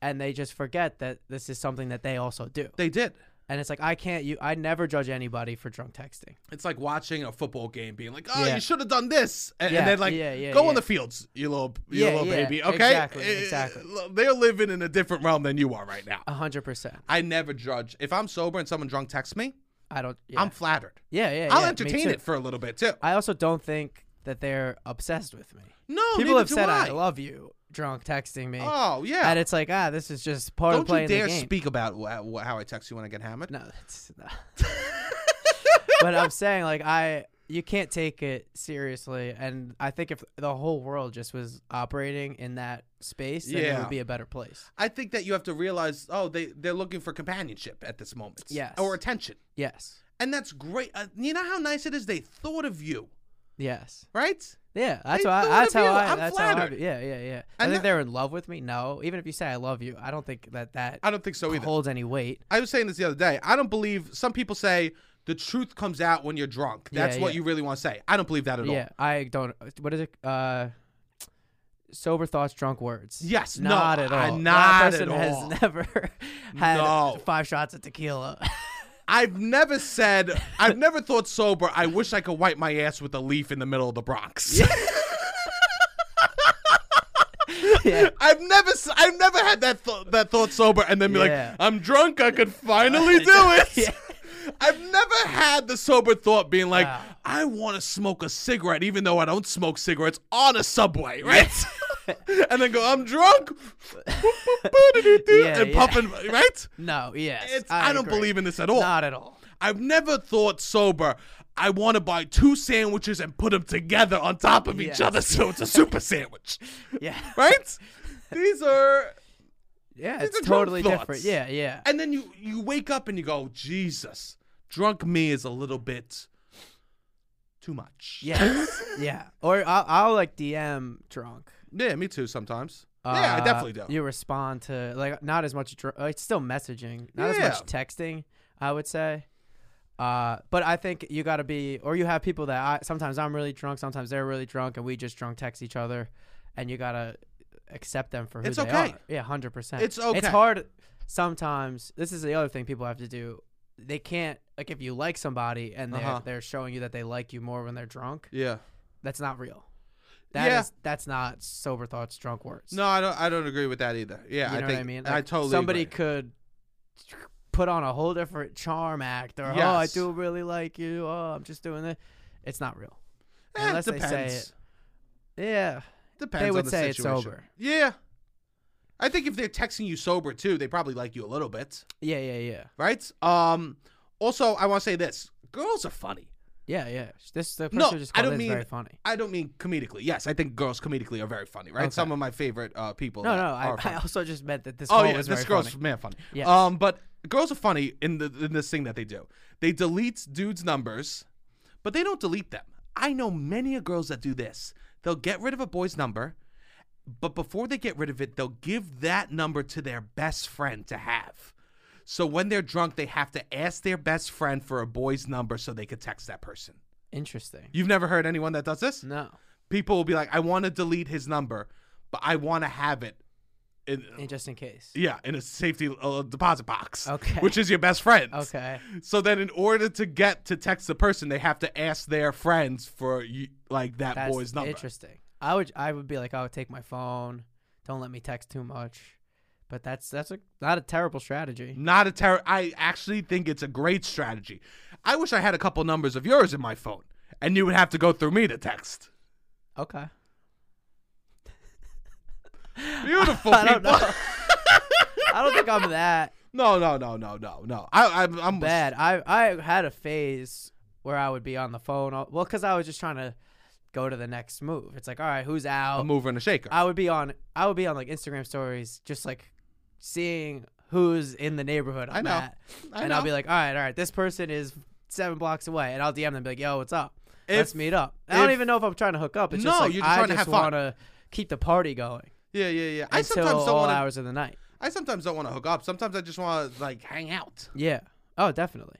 Speaker 2: and they just forget that this is something that they also do.
Speaker 1: They did.
Speaker 2: And it's like I can't. You, I never judge anybody for drunk texting.
Speaker 1: It's like watching a football game, being like, "Oh,
Speaker 2: Yeah.
Speaker 1: you should have done this," and, and
Speaker 2: Yeah,
Speaker 1: then like,
Speaker 2: yeah, yeah,
Speaker 1: "Go
Speaker 2: yeah.
Speaker 1: on the fields, you little, you
Speaker 2: Yeah,
Speaker 1: little
Speaker 2: yeah,
Speaker 1: baby." Okay,
Speaker 2: exactly,
Speaker 1: Eh,
Speaker 2: exactly.
Speaker 1: They're living in a different realm than you are right now.
Speaker 2: A hundred percent.
Speaker 1: I never judge. If I'm sober and someone drunk texts me,
Speaker 2: I don't. Yeah.
Speaker 1: I'm flattered.
Speaker 2: yeah, yeah.
Speaker 1: I'll
Speaker 2: yeah, me
Speaker 1: entertain
Speaker 2: too.
Speaker 1: it for a little bit too.
Speaker 2: I also don't think that they're obsessed with me.
Speaker 1: no,
Speaker 2: People
Speaker 1: neither
Speaker 2: have
Speaker 1: do
Speaker 2: said
Speaker 1: I.
Speaker 2: I love you, drunk texting me,
Speaker 1: Oh yeah.
Speaker 2: and it's like ah, this is just part of
Speaker 1: Don't
Speaker 2: playing
Speaker 1: you dare
Speaker 2: the game.
Speaker 1: speak about wh- wh- how I text you when I get hammered.
Speaker 2: No, that's not. but I'm saying like I you can't take it seriously and I think if the whole world just was operating in that space then it
Speaker 1: Yeah.
Speaker 2: would be a better place.
Speaker 1: I think that you have to realize, oh, they they're looking for companionship at this moment,
Speaker 2: Yes.
Speaker 1: or attention,
Speaker 2: Yes.
Speaker 1: and that's great. Uh, you know how nice it is they thought of you,
Speaker 2: Yes.
Speaker 1: right?
Speaker 2: Yeah, that's
Speaker 1: They
Speaker 2: why.
Speaker 1: thought
Speaker 2: That's
Speaker 1: of
Speaker 2: how
Speaker 1: you.
Speaker 2: I.
Speaker 1: I'm
Speaker 2: that's how I.
Speaker 1: flattered.
Speaker 2: Yeah, yeah, yeah. I
Speaker 1: And
Speaker 2: think
Speaker 1: that-
Speaker 2: they're in love with me. No, even if you say I love you, I don't think that that
Speaker 1: I don't think so either.
Speaker 2: holds any weight.
Speaker 1: I was saying this the other day. I don't believe some people say the truth comes out when you're drunk. That's
Speaker 2: Yeah,
Speaker 1: what
Speaker 2: yeah.
Speaker 1: you really want to say. I don't believe that at all.
Speaker 2: Yeah, I don't. What is it? Uh, sober thoughts, drunk words.
Speaker 1: Yes, no,
Speaker 2: not at
Speaker 1: I-
Speaker 2: all.
Speaker 1: not
Speaker 2: that
Speaker 1: at
Speaker 2: person
Speaker 1: all.
Speaker 2: has never had
Speaker 1: No.
Speaker 2: five shots of tequila.
Speaker 1: I've never said. I've never thought sober. I wish I could wipe my ass with a leaf in the middle of the Bronx.
Speaker 2: yeah,
Speaker 1: I've never, s- I've never had that th- that thought sober, and then be
Speaker 2: Yeah.
Speaker 1: like, I'm drunk. I could finally do it.
Speaker 2: Yeah.
Speaker 1: I've never had the sober thought being like,
Speaker 2: Wow.
Speaker 1: I want to smoke a cigarette, even though I don't smoke cigarettes on a subway, right? and then go, I'm drunk,
Speaker 2: Yeah,
Speaker 1: and
Speaker 2: yeah.
Speaker 1: puffing, right?
Speaker 2: no, yes.
Speaker 1: It's, I, don't
Speaker 2: agree.
Speaker 1: believe in this at all.
Speaker 2: Not at all.
Speaker 1: I've never thought sober. I want to buy two sandwiches and put them together on top of
Speaker 2: Yes.
Speaker 1: each other, so it's a super sandwich,
Speaker 2: Yeah,
Speaker 1: right? These are
Speaker 2: yeah.
Speaker 1: These
Speaker 2: It's
Speaker 1: are drunk
Speaker 2: totally
Speaker 1: thoughts.
Speaker 2: different. Yeah, yeah.
Speaker 1: and then you you wake up and you go, Jesus, drunk me is a little bit too much.
Speaker 2: Yes, yeah. Or I'll, I'll like DM drunk.
Speaker 1: yeah, me too. Sometimes. yeah, I
Speaker 2: Uh,
Speaker 1: definitely do.
Speaker 2: You respond to like not as much. Dr- uh, it's still messaging, not as much texting. I would say, uh, but I think you got to be, or you have people that I, sometimes I'm really drunk, sometimes they're really drunk, and we just drunk text each other, and you gotta accept them for who
Speaker 1: It's
Speaker 2: they
Speaker 1: okay.
Speaker 2: are. Yeah, hundred percent.
Speaker 1: It's
Speaker 2: It's
Speaker 1: okay.
Speaker 2: hard sometimes. This is the other thing people have to do. They can't like if you like somebody and they're
Speaker 1: Uh-huh.
Speaker 2: they're showing you that they like you more when they're drunk.
Speaker 1: yeah.
Speaker 2: That's not real. That is
Speaker 1: Yeah.
Speaker 2: that's not sober thoughts, drunk words.
Speaker 1: No, I don't. I don't agree with that either. Yeah,
Speaker 2: You
Speaker 1: I
Speaker 2: know
Speaker 1: think
Speaker 2: what I mean?
Speaker 1: I
Speaker 2: Like,
Speaker 1: totally.
Speaker 2: somebody
Speaker 1: agree.
Speaker 2: could put on a whole different charm act, or oh, I
Speaker 1: Yes.
Speaker 2: do really like you. Oh, I'm just doing it. It's not real.
Speaker 1: Eh,
Speaker 2: unless they say
Speaker 1: depends.
Speaker 2: it. Yeah,
Speaker 1: Depends
Speaker 2: they
Speaker 1: on
Speaker 2: would
Speaker 1: the
Speaker 2: say it's
Speaker 1: situation.
Speaker 2: sober.
Speaker 1: Yeah. I think if they're texting you sober too, they probably like you a little bit,
Speaker 2: Yeah, yeah, yeah,
Speaker 1: right? Um. Also, I want to say this: girls are funny.
Speaker 2: yeah, yeah. This the person
Speaker 1: No,
Speaker 2: just
Speaker 1: I
Speaker 2: called
Speaker 1: don't
Speaker 2: this
Speaker 1: mean-
Speaker 2: very funny.
Speaker 1: I don't mean comedically. Yes, I think girls comedically are very funny, right?
Speaker 2: Okay.
Speaker 1: Some of my favorite uh, people.
Speaker 2: No,
Speaker 1: that
Speaker 2: no.
Speaker 1: are
Speaker 2: I, I
Speaker 1: funny.
Speaker 2: also just meant that this.
Speaker 1: oh
Speaker 2: call
Speaker 1: yeah,
Speaker 2: was
Speaker 1: this
Speaker 2: very
Speaker 1: girl's
Speaker 2: funny.
Speaker 1: man funny.
Speaker 2: Yes.
Speaker 1: Um, but girls are funny in the in this thing that they do. They delete dudes' numbers, but they don't delete them. I know many of girls that do this. They'll get rid of a boy's number, but before they get rid of it, they'll give that number to their best friend to have. So when they're drunk, they have to ask their best friend for a boy's number so they could text that person.
Speaker 2: Interesting.
Speaker 1: You've never heard anyone that does this?
Speaker 2: No,
Speaker 1: people will be like, I want to delete his number, but I want to have it in,
Speaker 2: and just in case.
Speaker 1: yeah, in a safety uh, deposit box.
Speaker 2: Okay.
Speaker 1: Which is your best friend.
Speaker 2: Okay.
Speaker 1: So then, in order to get to text the person, they have to ask their friends for you, like that
Speaker 2: That's
Speaker 1: boy's number.
Speaker 2: Interesting. I would I would be like I would take my phone. Don't let me text too much. But that's that's a, not a terrible strategy.
Speaker 1: Not a terror. I actually think it's a great strategy. I wish I had a couple numbers of yours in my phone, and you would have to go through me to text.
Speaker 2: Okay.
Speaker 1: Beautiful
Speaker 2: I don't
Speaker 1: people.
Speaker 2: know. I don't think I'm that
Speaker 1: no, no, no, no, no, no. I, I'm, I'm
Speaker 2: bad. I I had a phase where I would be on the phone. All, well, because I was just trying to go to the next move. It's like, all right, who's out?
Speaker 1: a mover and a shaker.
Speaker 2: I would be on. I would be on like Instagram stories, just like seeing who's in the neighborhood. I'm
Speaker 1: I know.
Speaker 2: At.
Speaker 1: I
Speaker 2: and I'll
Speaker 1: know.
Speaker 2: be like, all right, all right, this person is seven blocks away, and I'll DM them and be like, yo, what's up? Let's
Speaker 1: If-
Speaker 2: meet up. I don't
Speaker 1: if-
Speaker 2: even know if I'm trying to hook up. It's just
Speaker 1: No,
Speaker 2: like,
Speaker 1: you're just
Speaker 2: I
Speaker 1: trying to
Speaker 2: just
Speaker 1: have fun.
Speaker 2: want to keep the party going
Speaker 1: yeah, yeah, yeah. I
Speaker 2: until
Speaker 1: sometimes don't
Speaker 2: all
Speaker 1: want to
Speaker 2: hours of the night.
Speaker 1: I sometimes don't want to hook up. Sometimes I just want to like hang out.
Speaker 2: Yeah. Oh, definitely.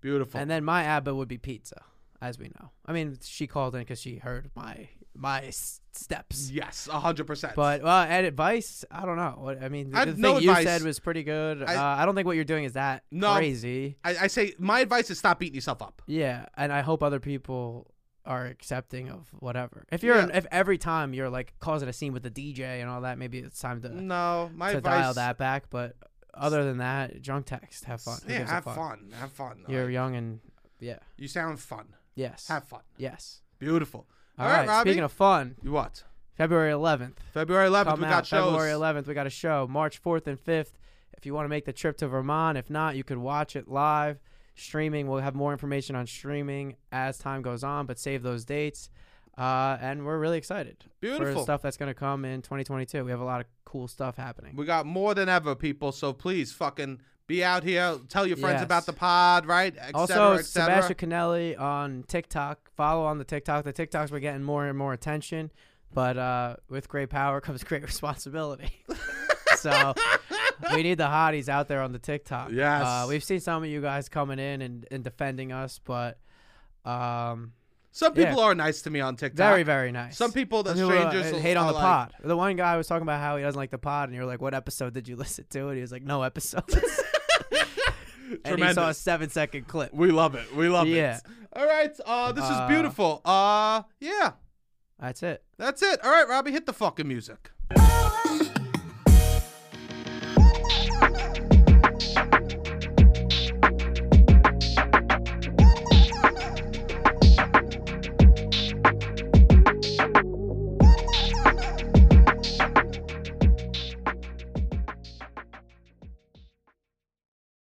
Speaker 1: Beautiful.
Speaker 2: And then my ABBA would be pizza, as we know. I mean, she called in because she heard my my s- steps.
Speaker 1: Yes, hundred percent.
Speaker 2: But well, at advice, I don't know. What I mean, the,
Speaker 1: I-
Speaker 2: the thing
Speaker 1: no
Speaker 2: you
Speaker 1: advice.
Speaker 2: said was pretty good.
Speaker 1: I-
Speaker 2: uh, I don't think what you're doing is that
Speaker 1: No.
Speaker 2: crazy.
Speaker 1: I, I say my advice is stop beating yourself up.
Speaker 2: Yeah, and I hope other people are accepting of whatever. If you're,
Speaker 1: Yeah.
Speaker 2: an, if every time you're like causing a scene with the DJ and all that, maybe it's time to
Speaker 1: No, my
Speaker 2: to
Speaker 1: advice.
Speaker 2: dial that back. But other than that, drunk text, have fun. Who
Speaker 1: Yeah,
Speaker 2: gives a
Speaker 1: have
Speaker 2: fuck?
Speaker 1: fun. Have fun.
Speaker 2: You're
Speaker 1: Like,
Speaker 2: young and yeah,
Speaker 1: you sound fun.
Speaker 2: yes,
Speaker 1: Have fun.
Speaker 2: yes.
Speaker 1: Beautiful.
Speaker 2: All right.
Speaker 1: Robbie.
Speaker 2: speaking of fun,
Speaker 1: you what?
Speaker 2: February 11th.
Speaker 1: February 11th,
Speaker 2: Come
Speaker 1: we
Speaker 2: out
Speaker 1: got shows.
Speaker 2: February 11th. We got a show March 4th and 5th. If you want to make the trip to Vermont, if not, you could watch it live streaming. We'll have more information on streaming as time goes on, but save those dates. Uh, and we're really excited for
Speaker 1: Beautiful.
Speaker 2: the stuff that's going to come in 2022. We have a lot of cool stuff happening.
Speaker 1: We got more than ever, people. So please, fucking be out here. Tell your friends
Speaker 2: Yes.
Speaker 1: about the pod, right? Et
Speaker 2: also,
Speaker 1: cetera, et cetera.
Speaker 2: Sebastian Canelli on TikTok. Follow on the TikTok. The TikToks were getting more and more attention, but uh, with great power comes great responsibility. so we need the hotties out there on the TikTok.
Speaker 1: Yes.
Speaker 2: uh, we've seen some of you guys coming in and, and defending us, but um,
Speaker 1: Some
Speaker 2: yeah.
Speaker 1: people are nice to me on TikTok.
Speaker 2: very very nice.
Speaker 1: Some people that
Speaker 2: Some people, uh,
Speaker 1: strangers
Speaker 2: hate on
Speaker 1: are
Speaker 2: the
Speaker 1: like-
Speaker 2: pod. The one guy was talking about how he doesn't like the pod, and you're like, "What episode did you listen to?" And he was like, "No episodes." and he saw a
Speaker 1: Tremendous.
Speaker 2: seven second clip.
Speaker 1: We love it. We love
Speaker 2: Yeah.
Speaker 1: it. All right. Uh, this
Speaker 2: Uh,
Speaker 1: is beautiful. Uh, yeah.
Speaker 2: That's it.
Speaker 1: That's it. All right, Robbie, hit the fucking music.
Speaker 5: Oh